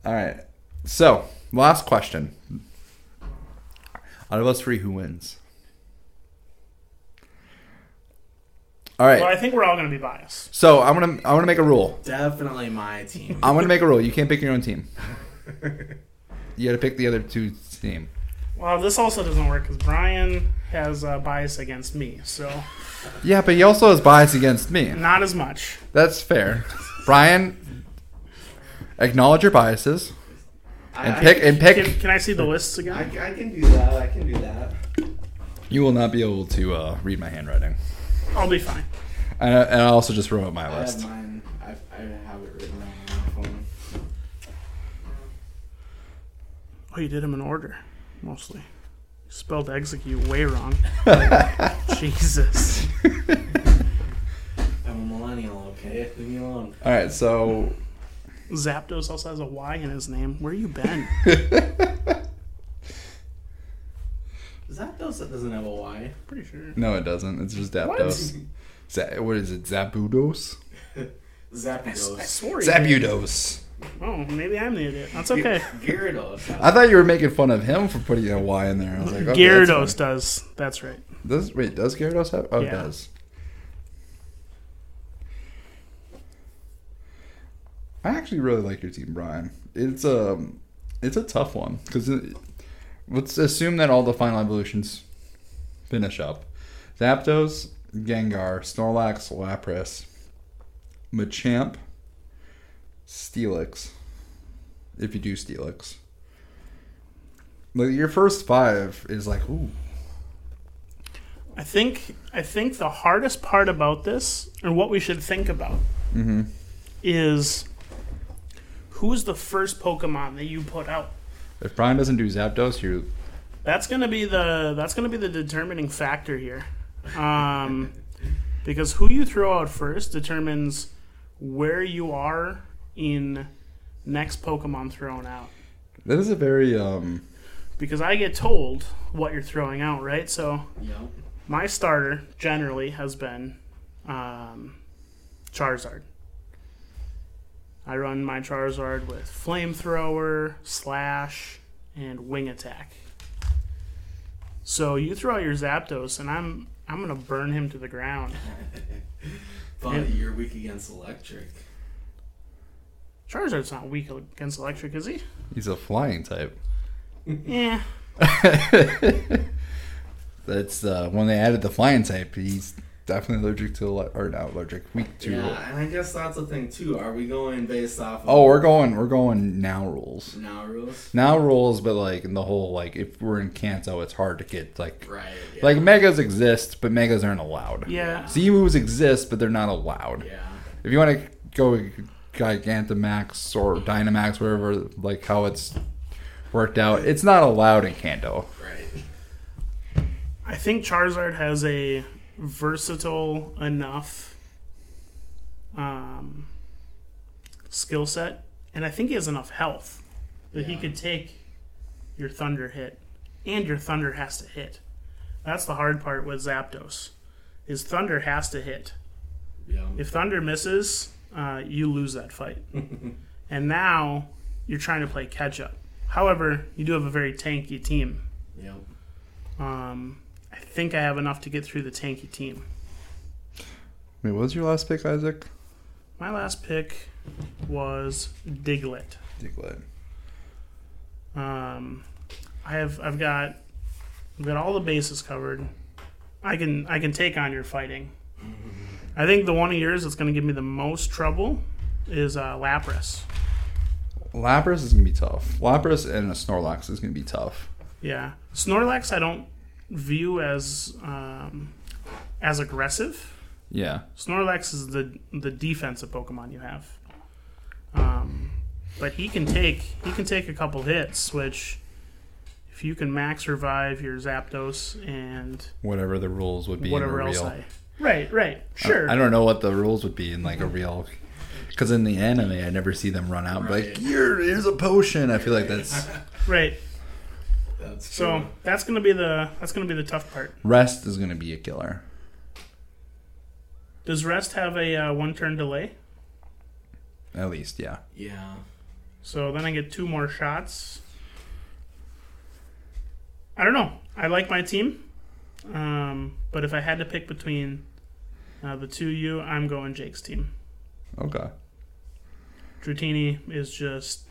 [SPEAKER 1] All right. So last question. Out of us three, who wins? All
[SPEAKER 3] Well,
[SPEAKER 1] right.
[SPEAKER 3] I think we're all going to be biased.
[SPEAKER 1] So I'm gonna I'm gonna make a rule.
[SPEAKER 2] Definitely my team. *laughs*
[SPEAKER 1] I'm gonna make a rule. You can't pick your own team. You got to pick the other two team.
[SPEAKER 3] Well, this also doesn't work because Brian has uh, bias against me, so
[SPEAKER 1] Yeah, but he also has bias against me.
[SPEAKER 3] not as much.
[SPEAKER 1] That's fair. Brian, acknowledge your biases and
[SPEAKER 2] I,
[SPEAKER 1] pick and
[SPEAKER 3] Can,
[SPEAKER 1] pick.
[SPEAKER 3] can I see the lists again?
[SPEAKER 2] I, I can do that. I can do that.
[SPEAKER 1] You will not be able to uh, read my handwriting,
[SPEAKER 3] I'll be fine.
[SPEAKER 1] and, I- and I also just wrote out
[SPEAKER 2] I
[SPEAKER 1] my
[SPEAKER 2] have
[SPEAKER 1] list.
[SPEAKER 2] mine. I, I have it written down on my phone.
[SPEAKER 3] Oh, you did him in order, mostly. You spelled execute way wrong. Jesus. Um,
[SPEAKER 2] I'm a millennial. Okay, leave me alone.
[SPEAKER 1] *laughs* All right, so *laughs*
[SPEAKER 3] Zapdos also has a Y in his name. Where you been?
[SPEAKER 2] Is that those that doesn't have a Y?
[SPEAKER 3] Pretty sure.
[SPEAKER 1] No, it doesn't. It's just Zapdos. Za- what is it? Zabudos?
[SPEAKER 3] I
[SPEAKER 2] Zapdos.
[SPEAKER 3] swore he did.
[SPEAKER 1] Zabudos.
[SPEAKER 3] Oh, maybe I'm the idiot. That's okay.
[SPEAKER 2] Gyarados.
[SPEAKER 1] I thought you were making fun of him for putting a Y in there. I was like, okay,
[SPEAKER 3] Gyarados
[SPEAKER 1] that's
[SPEAKER 3] does. That's right.
[SPEAKER 1] fine. Does wait? Does Gyarados have? Oh, it
[SPEAKER 3] Yeah.
[SPEAKER 1] does. I actually really like your team, Brian. It's um, it's a tough one because let's assume that all the final evolutions finish up. Zapdos, Gengar, Snorlax, Lapras, Machamp, Steelix. If you do Steelix. Like your first five is like, ooh.
[SPEAKER 3] I think I think the hardest part about this, and what we should think about, is who's the first Pokemon that you put out.
[SPEAKER 1] If Brian doesn't do Zapdos, you
[SPEAKER 3] That's gonna be the that's gonna be the determining factor here, um, because who you throw out first determines where you are in next Pokemon thrown out.
[SPEAKER 1] that is a very um
[SPEAKER 3] Because I get told what you're throwing out, right? So
[SPEAKER 2] Yep.
[SPEAKER 3] my starter generally has been um, Charizard. I run my Charizard with Flamethrower, Slash, and Wing Attack. So you throw out your Zapdos, and I'm I'm gonna burn him to the ground.
[SPEAKER 2] But
[SPEAKER 3] Yeah.
[SPEAKER 2] you're weak against electric.
[SPEAKER 3] Charizard's not weak against Electric, is he? Eh,
[SPEAKER 1] he's a flying type.
[SPEAKER 3] Yeah.
[SPEAKER 1] That's uh when they added the flying type, he's definitely allergic to ele- or not allergic, weak to
[SPEAKER 2] Yeah, and I guess that's the thing too. Are we going based off? Of
[SPEAKER 1] Oh, we're going we're going now rules.
[SPEAKER 2] now rules.
[SPEAKER 1] Now rules, but like in the whole like if we're in Kanto it's hard to get like
[SPEAKER 2] Right. Yeah.
[SPEAKER 1] like megas exist, but megas aren't allowed.
[SPEAKER 3] Yeah.
[SPEAKER 1] Z moves exist, but they're not allowed.
[SPEAKER 2] Yeah.
[SPEAKER 1] If you want to go Gigantamax or Dynamax, whatever, like how it's worked out. It's not allowed in Kanto.
[SPEAKER 2] Right.
[SPEAKER 3] I think Charizard has a versatile enough um, skill set, and I think he has enough health that he
[SPEAKER 2] Yeah.
[SPEAKER 3] could take your Thunder hit, and your Thunder has to hit. That's the hard part with Zapdos. Is Thunder has to hit.
[SPEAKER 2] Yeah.
[SPEAKER 3] If Thunder misses, uh, you lose that fight. and now you're trying to play catch up. However, you do have a very tanky team.
[SPEAKER 2] Yep.
[SPEAKER 3] Um, I think I have enough to get through the tanky team.
[SPEAKER 1] Wait, what was your last pick, Isaac?
[SPEAKER 3] My last pick was Diglett.
[SPEAKER 1] Diglett.
[SPEAKER 3] Um, I have I've got I've got all the bases covered. I can I can take on your fighting. I think the one of yours that's going to give me the most trouble is uh, Lapras.
[SPEAKER 1] Lapras is gonna be tough. Lapras and a Snorlax is gonna be tough.
[SPEAKER 3] Yeah, Snorlax I don't view as um, as aggressive.
[SPEAKER 1] Yeah.
[SPEAKER 3] Snorlax is the the defensive Pokemon you have. Um, but he can take he can take a couple hits, which if you can max revive your Zapdos and
[SPEAKER 1] Whatever the rules would be
[SPEAKER 3] whatever
[SPEAKER 1] in a
[SPEAKER 3] else
[SPEAKER 1] real.
[SPEAKER 3] I right right sure
[SPEAKER 1] I don't know what the rules would be in like a real. Because in the anime, I never see them run out and be like,
[SPEAKER 2] Right.
[SPEAKER 1] Here, here's a potion. I feel like
[SPEAKER 3] *laughs*
[SPEAKER 1] that's
[SPEAKER 3] right
[SPEAKER 2] That's
[SPEAKER 3] so that's gonna be the that's gonna be the tough part.
[SPEAKER 1] rest is gonna be a killer.
[SPEAKER 3] Does Rest have a uh, one turn delay?
[SPEAKER 1] At least, yeah.
[SPEAKER 2] true. Yeah.
[SPEAKER 3] So then I get two more shots. I don't know. I like my team, um, but if I had to pick between uh, the two of you, I'm going Jake's team.
[SPEAKER 1] Okay.
[SPEAKER 3] Dratini is just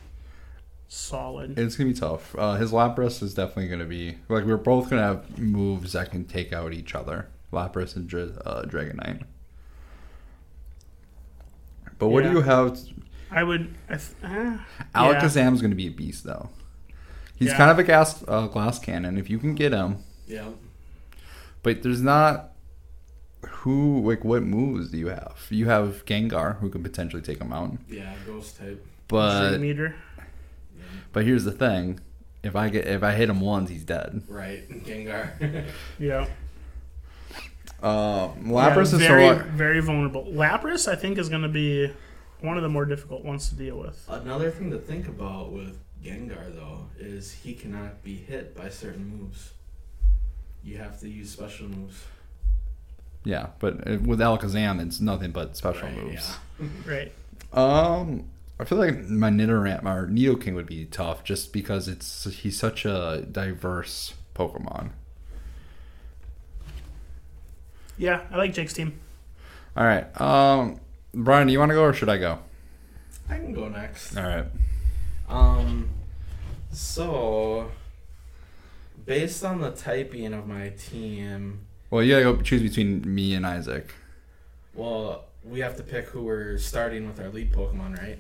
[SPEAKER 3] solid.
[SPEAKER 1] It's gonna be tough. Uh, his Lapras is definitely gonna be like we're both gonna have moves that can take out each other. Lapras and Dra- uh, Dragonite. But what
[SPEAKER 3] Yeah.
[SPEAKER 1] do you have?
[SPEAKER 3] I would. I th- eh,
[SPEAKER 1] Alakazam's gonna be a beast though. He's
[SPEAKER 3] Yeah.
[SPEAKER 1] kind of a gas uh, glass cannon if you can get him.
[SPEAKER 2] Yep.
[SPEAKER 1] But there's not who like what moves do you have? You have Gengar who can potentially take him out.
[SPEAKER 2] Yeah. Ghost type.
[SPEAKER 3] yeah,
[SPEAKER 1] But
[SPEAKER 3] meter.
[SPEAKER 1] but here's the thing. If I get if I hit him once, he's dead.
[SPEAKER 2] Right. Gengar. *laughs*
[SPEAKER 3] Yeah,
[SPEAKER 1] Uh,
[SPEAKER 3] Yeah,
[SPEAKER 1] Lapras is
[SPEAKER 3] very
[SPEAKER 1] so
[SPEAKER 3] very vulnerable. Lapras, I think, is going to be one of the more difficult ones to deal with.
[SPEAKER 2] Another thing to think about with Gengar though is he cannot be hit by certain moves. You have to use special moves.
[SPEAKER 1] Yeah, but uh, with Alakazam, it's nothing but special
[SPEAKER 2] Right,
[SPEAKER 1] moves.
[SPEAKER 3] Right.
[SPEAKER 1] Um, I feel like my Nidoram or Nidoking would be tough just because it's he's such a diverse Pokemon.
[SPEAKER 3] Yeah, I like Jake's team.
[SPEAKER 1] All right, um, Brian, do you want to go or should I go?
[SPEAKER 2] I can go next.
[SPEAKER 1] All right,
[SPEAKER 2] Um, so based on the typing of my team,
[SPEAKER 1] well, you gotta go choose between me and Isaac.
[SPEAKER 2] well, we have to pick who we're starting with our lead Pokemon, right?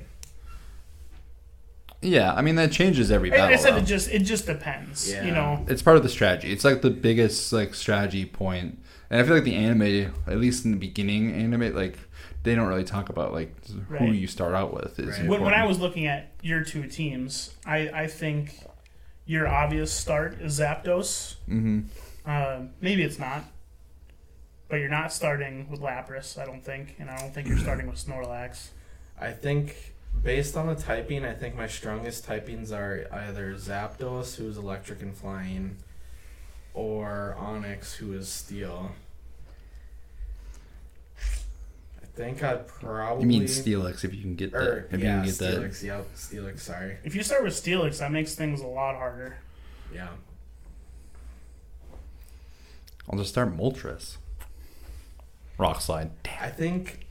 [SPEAKER 1] Yeah, I mean that changes every
[SPEAKER 3] I,
[SPEAKER 1] battle.
[SPEAKER 3] I said
[SPEAKER 1] though.
[SPEAKER 3] it just it just depends.
[SPEAKER 2] Yeah.
[SPEAKER 3] You know.
[SPEAKER 1] it's part of the strategy. It's like the biggest like strategy point. And I feel like the anime, at least in the beginning anime, like they don't really talk about like who
[SPEAKER 3] Right.
[SPEAKER 1] you start out with. Is
[SPEAKER 2] Right.
[SPEAKER 3] When, when I
[SPEAKER 1] important.
[SPEAKER 3] was looking at your two teams, I, I think your obvious start is Zapdos.
[SPEAKER 1] Mhm.
[SPEAKER 3] Uh, maybe it's not, but you're not starting with Lapras, I don't think, and I don't think you're starting with Snorlax.
[SPEAKER 2] I think based on the typing, I think my strongest typings are either Zapdos, who's electric and flying, or Onyx, who is steel. I think I'd probably
[SPEAKER 1] You mean Steelix if you can get
[SPEAKER 2] or,
[SPEAKER 1] that. If
[SPEAKER 2] yeah,
[SPEAKER 1] you can get that.
[SPEAKER 2] Steelix, yep, Steelix, sorry.
[SPEAKER 3] If you start with Steelix, that makes things a lot harder.
[SPEAKER 2] Yeah.
[SPEAKER 1] I'll just start Moltres. Rock Slide.
[SPEAKER 2] I think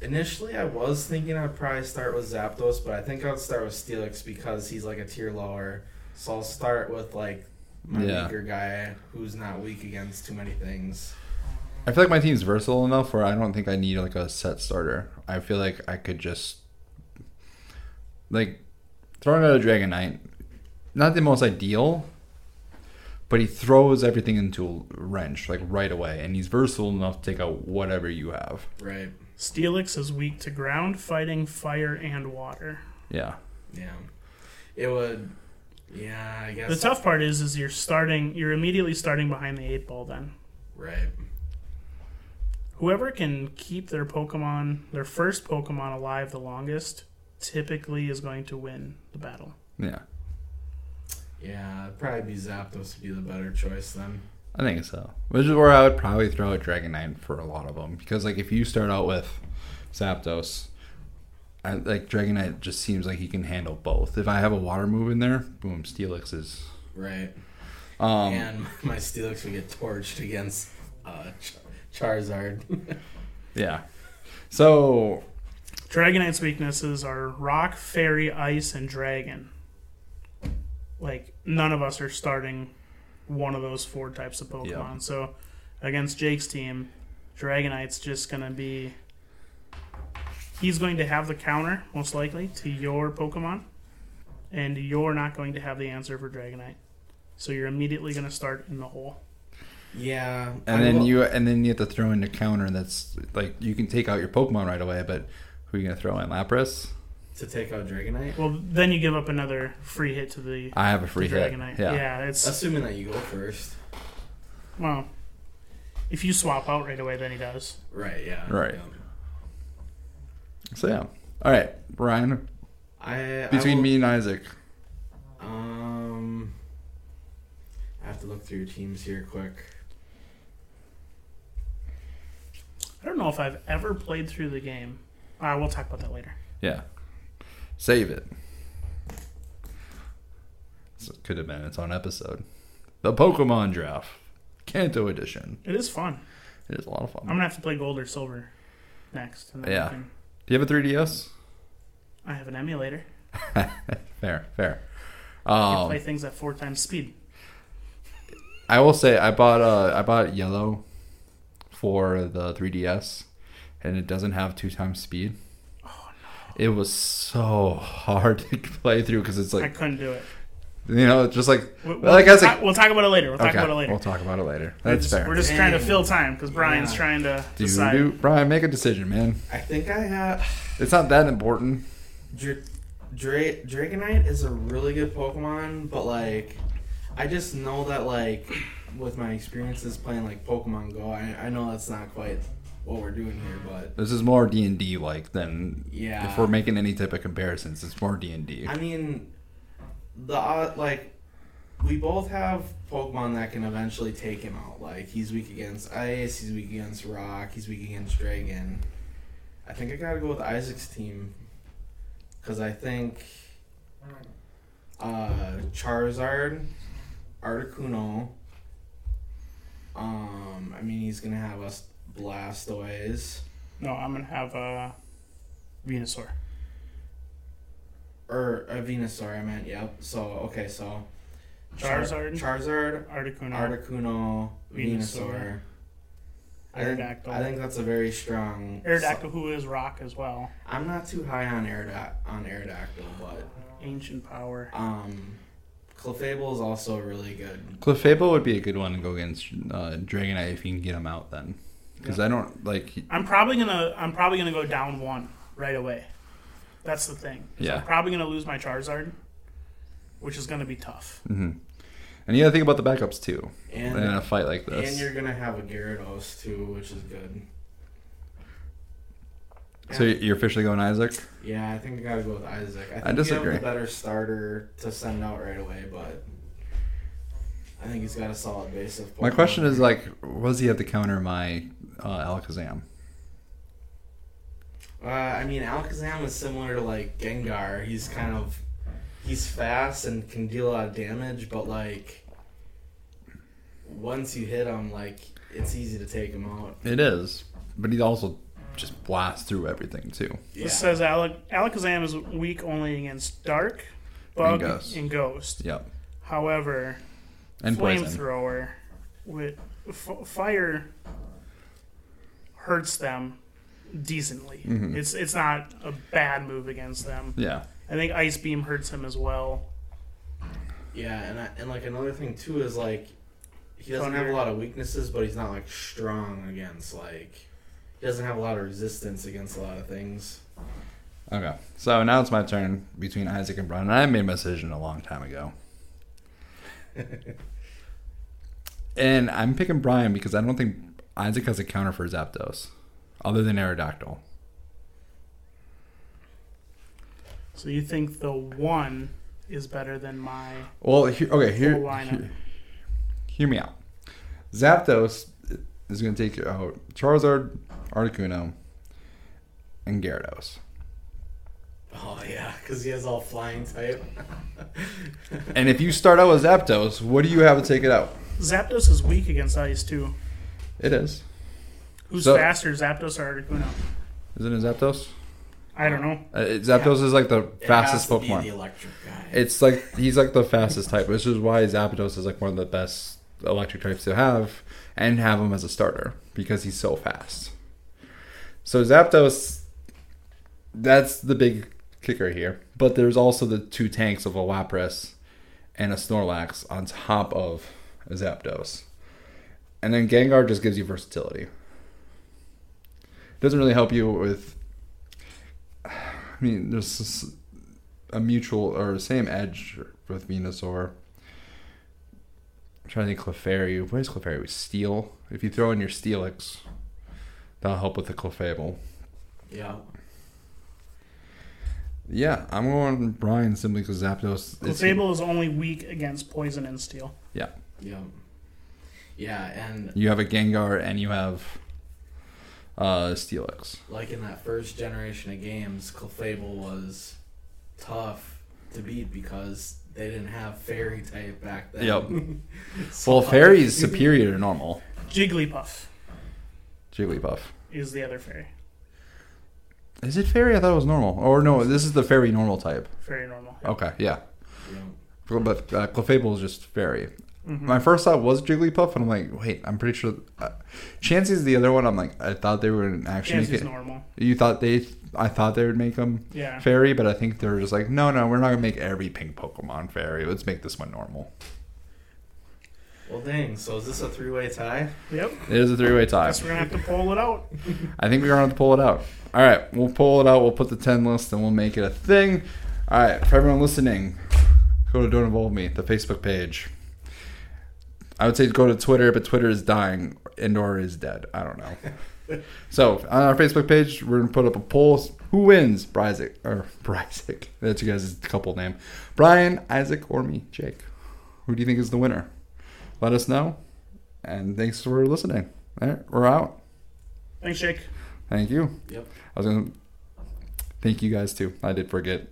[SPEAKER 2] initially I was thinking I'd probably start with Zapdos, but I think I'd start with Steelix because he's like a tier lower. So I'll start with like my
[SPEAKER 1] Yeah.
[SPEAKER 2] weaker guy who's not weak against too many things.
[SPEAKER 1] I feel like my team's versatile enough where I don't think I need like a set starter. I feel like I could just like throwing out a Dragonite. Not the most ideal, but he throws everything into a wrench like right away, and he's versatile enough to take out whatever you have.
[SPEAKER 2] Right.
[SPEAKER 3] Steelix is weak to ground, fighting, fire, and water.
[SPEAKER 1] Yeah.
[SPEAKER 2] Yeah. It would. Yeah, I guess.
[SPEAKER 3] The tough part is, is you're starting, you're immediately starting behind the eight ball. Then
[SPEAKER 2] Right.
[SPEAKER 3] whoever can keep their Pokemon, their first Pokemon alive the longest, typically is going to win the battle.
[SPEAKER 1] Yeah.
[SPEAKER 2] Yeah, it'd probably be Zapdos would be the better choice then.
[SPEAKER 1] I think so. Which is where I would probably throw out Dragonite for a lot of them because like if you start out with Zapdos, I, like Dragonite just seems like he can handle both. If I have a water move in there, boom, Steelix is.
[SPEAKER 2] Right.
[SPEAKER 1] Um,
[SPEAKER 2] and *laughs* my Steelix would get torched against uh, Ch- Charizard. *laughs*
[SPEAKER 1] yeah. So
[SPEAKER 3] Dragonite's weaknesses are rock, fairy, ice, and dragon. Like none of us are starting one of those four types of Pokemon.
[SPEAKER 1] Yeah.
[SPEAKER 3] So against Jake's team, Dragonite's just gonna be he's going to have the counter, most likely, to your Pokemon. And you're not going to have the answer for Dragonite. So you're immediately gonna start in the hole.
[SPEAKER 2] yeah.
[SPEAKER 1] and
[SPEAKER 2] I
[SPEAKER 1] then
[SPEAKER 2] will-
[SPEAKER 1] you and then you have to throw in a counter that's like you can take out your Pokemon right away, but who are you gonna throw in Lapras?
[SPEAKER 2] To take out Dragonite?
[SPEAKER 3] Well then you give up another free hit to the
[SPEAKER 1] I have a free
[SPEAKER 3] to
[SPEAKER 1] hit.
[SPEAKER 3] Dragonite.
[SPEAKER 1] Yeah.
[SPEAKER 3] yeah it's
[SPEAKER 2] Assuming that you go first.
[SPEAKER 3] Well, if you swap out right away, then he does.
[SPEAKER 2] Right, yeah.
[SPEAKER 1] Right.
[SPEAKER 2] yeah.
[SPEAKER 1] So yeah. All right, Brian.
[SPEAKER 2] I,
[SPEAKER 1] Between
[SPEAKER 2] I will-
[SPEAKER 1] me and Isaac,
[SPEAKER 2] Um, I have to look through your teams here quick.
[SPEAKER 3] I don't know if I've ever played through the game. Uh, we'll talk about that later.
[SPEAKER 1] yeah. Save it. This could have been its own episode. The Pokemon Draft, Kanto Edition.
[SPEAKER 3] It is fun.
[SPEAKER 1] It is a lot of fun.
[SPEAKER 3] I'm gonna have to play gold or silver next. And then I
[SPEAKER 1] Yeah.
[SPEAKER 3] can-
[SPEAKER 1] Do you have a 3DS?
[SPEAKER 3] I have an emulator.
[SPEAKER 1] Fair, fair.
[SPEAKER 3] I can
[SPEAKER 1] Um,
[SPEAKER 3] play things at four times speed.
[SPEAKER 1] I will say I bought uh I bought yellow for the 3DS and it doesn't have two times speed.
[SPEAKER 3] Oh,
[SPEAKER 1] It was so hard *laughs* to play through because it's
[SPEAKER 3] I
[SPEAKER 1] like
[SPEAKER 3] couldn't do it.
[SPEAKER 1] you know it's just like
[SPEAKER 3] We- We'll,
[SPEAKER 1] well, like I was
[SPEAKER 3] ta-
[SPEAKER 1] like
[SPEAKER 3] we'll talk about it later. We'll talk
[SPEAKER 1] okay,
[SPEAKER 3] about it later.
[SPEAKER 1] we'll talk about it later.
[SPEAKER 3] We're
[SPEAKER 1] That's
[SPEAKER 3] just-
[SPEAKER 1] fair.
[SPEAKER 3] We're just trying to
[SPEAKER 2] Dang.
[SPEAKER 3] fill time because Brian's
[SPEAKER 2] Yeah.
[SPEAKER 3] trying to
[SPEAKER 1] Do,
[SPEAKER 3] decide.
[SPEAKER 1] do, Brian, make a decision, man.
[SPEAKER 2] I think I have.
[SPEAKER 1] It's not that important.
[SPEAKER 2] Dra- Dra- Dragonite is a really good Pokemon, but like, I just know that like, with my experiences playing like Pokemon Go, I, I know that's not quite what we're doing here, but
[SPEAKER 1] This is more D and D like than
[SPEAKER 2] Yeah.
[SPEAKER 1] if we're making any type of comparisons. It's more D and D.
[SPEAKER 2] I mean, the uh, like, we both have Pokemon that can eventually take him out. Like, he's weak against ice, he's weak against rock, he's weak against dragon. I think I gotta go with Isaac's team, because I think uh, Charizard, Articuno. Um, I mean, he's gonna have us Blastoise.
[SPEAKER 3] No, I'm gonna have a Venusaur.
[SPEAKER 2] Or a Venusaur, I meant, yep. So, okay, so. Char-
[SPEAKER 3] Charizard?
[SPEAKER 2] Charizard,
[SPEAKER 3] Articuno.
[SPEAKER 2] Articuno, Venusaur.
[SPEAKER 3] Venusaur.
[SPEAKER 2] I think,
[SPEAKER 3] Aerodactyl.
[SPEAKER 2] I think that's a very strong.
[SPEAKER 3] Aerodactyl, who is rock as well.
[SPEAKER 2] I'm not too high on Aerodac- on Aerodactyl, but
[SPEAKER 3] Ancient power.
[SPEAKER 2] um, Clefable is also really good.
[SPEAKER 1] Clefable would be a good one to go against uh, Dragonite if you can get him out then, because I don't like.
[SPEAKER 3] I'm probably gonna I'm probably gonna go down one right away. That's the thing. is
[SPEAKER 1] Yeah.
[SPEAKER 3] I'm probably gonna lose my Charizard, which is gonna be tough.
[SPEAKER 1] hmm And you got to think about the backups too
[SPEAKER 2] And
[SPEAKER 1] in a fight like this.
[SPEAKER 2] and you're gonna have a Gyarados too, which is good.
[SPEAKER 1] So you're officially going Isaac.
[SPEAKER 2] Yeah, I think I gotta go with Isaac. I, think
[SPEAKER 1] I
[SPEAKER 2] You
[SPEAKER 1] disagree.
[SPEAKER 2] have the better starter to send out right away, but I think he's got a solid base of.
[SPEAKER 1] My
[SPEAKER 2] Pokemon.
[SPEAKER 1] question is like, was he have to counter my uh, Alakazam?
[SPEAKER 2] Uh, I mean, Alakazam is similar to like Gengar. He's kind of he's fast and can deal a lot of damage, but like once you hit him, like it's easy to take him out.
[SPEAKER 1] It is, but he also just blasts through everything too.
[SPEAKER 2] Yeah.
[SPEAKER 3] This says Alec- Alakazam is weak only against Dark, Bug, and
[SPEAKER 1] Ghost.
[SPEAKER 3] Ghost.
[SPEAKER 1] Yep.
[SPEAKER 3] However,
[SPEAKER 1] And poison.
[SPEAKER 3] Flamethrower with f- fire hurts them decently.
[SPEAKER 1] Mhm.
[SPEAKER 3] It's it's not a bad move against them.
[SPEAKER 1] Yeah.
[SPEAKER 3] I think Ice Beam hurts him as well.
[SPEAKER 2] Yeah, and I, and like another thing too is like he doesn't have a
[SPEAKER 3] Thunder.
[SPEAKER 2] lot of weaknesses, but he's not like strong against like he He doesn't have a lot of resistance against a lot of things.
[SPEAKER 1] Okay. So now it's my turn between Isaac and Brian. And I made my decision a long time ago. and I'm picking Brian because I don't think Isaac has a counter for Zapdos other than Aerodactyl.
[SPEAKER 3] So you think the one is better than my?
[SPEAKER 1] Well, he, okay, here,
[SPEAKER 3] Full lineup.
[SPEAKER 1] he- hear me out. Zapdos is going to take out Charizard, Articuno, and Gyarados.
[SPEAKER 2] Oh yeah, because he has all flying type. *laughs*
[SPEAKER 1] And if you start out with Zapdos, what do you have to take it out?
[SPEAKER 3] Zapdos is weak against ice too.
[SPEAKER 1] It is.
[SPEAKER 3] Who's
[SPEAKER 1] So-
[SPEAKER 3] faster, Zapdos or Articuno?
[SPEAKER 1] Isn't it Zapdos?
[SPEAKER 3] I don't know.
[SPEAKER 1] Uh, Zapdos is like the
[SPEAKER 2] It has
[SPEAKER 1] fastest
[SPEAKER 2] to be
[SPEAKER 1] Pokemon.
[SPEAKER 2] the electric guy.
[SPEAKER 1] It's like he's like the fastest type, which is why Zapdos is like one of the best electric types to have and have him as a starter because he's so fast. So Zapdos, that's the big kicker here. But there's also the two tanks of a Lapras and a Snorlax on top of a Zapdos. And then Gengar just gives you versatility. Doesn't really help you with. I mean, there's s- a mutual or same edge with Venusaur. I'm trying to think Clefairy. What is Clefairy? With steel. If you throw in your Steelix, that'll help with the Clefable.
[SPEAKER 2] yeah.
[SPEAKER 1] Yeah, I'm going Brian simply because Zapdos. is-
[SPEAKER 3] Clefable is only weak against poison and steel.
[SPEAKER 2] Yeah. Yeah, and
[SPEAKER 1] You have a Gengar and you have uh Steelix.
[SPEAKER 2] like in that first generation of games, Clefable was tough to beat because they didn't have fairy type back *laughs* then. Yep.
[SPEAKER 1] Well, Fairy is superior to normal.
[SPEAKER 3] Jigglypuff
[SPEAKER 1] Jigglypuff.
[SPEAKER 3] is the other fairy.
[SPEAKER 1] Is it Fairy? I thought it was normal. Or no, this is the Fairy normal type.
[SPEAKER 3] Fairy normal.
[SPEAKER 1] Okay, yeah.
[SPEAKER 2] Yeah.
[SPEAKER 1] But uh, Clefable is just Fairy.
[SPEAKER 3] Mhm.
[SPEAKER 1] My first thought was Jigglypuff, and I'm like, wait, I'm pretty sure. Uh, Chansey's the other one. I'm like, I thought they were an action.
[SPEAKER 3] Chansey's
[SPEAKER 1] Make it.
[SPEAKER 3] normal.
[SPEAKER 1] You thought they? I thought they would make them
[SPEAKER 3] Yeah.
[SPEAKER 1] fairy, but I think they're just like, no, no, we're not gonna make every pink Pokemon fairy. Let's make this one normal.
[SPEAKER 2] Well, dang. So is this a three-way tie?
[SPEAKER 3] Yep.
[SPEAKER 1] It is a three-way tie.
[SPEAKER 3] Guess we're gonna have to pull it out.
[SPEAKER 1] I think we're gonna have to pull it out. All right, we'll pull it out. We'll put the ten list, and we'll make it a thing. All right, for everyone listening, go to Don't Involve Me, the Facebook page. I would say go to Twitter, but Twitter is dying and or is dead. I don't know. so on our Facebook page, we're gonna put up a poll: who wins, Isaac or Isaac? *laughs* That's you guys' couple name: Brian, Isaac, or me, Jake. Who do you think is the winner? Let us know. And thanks for listening. All right, we're out.
[SPEAKER 3] Thanks, Jake.
[SPEAKER 1] Thank you.
[SPEAKER 2] Yep.
[SPEAKER 1] I was gonna thank you guys too. I did forget.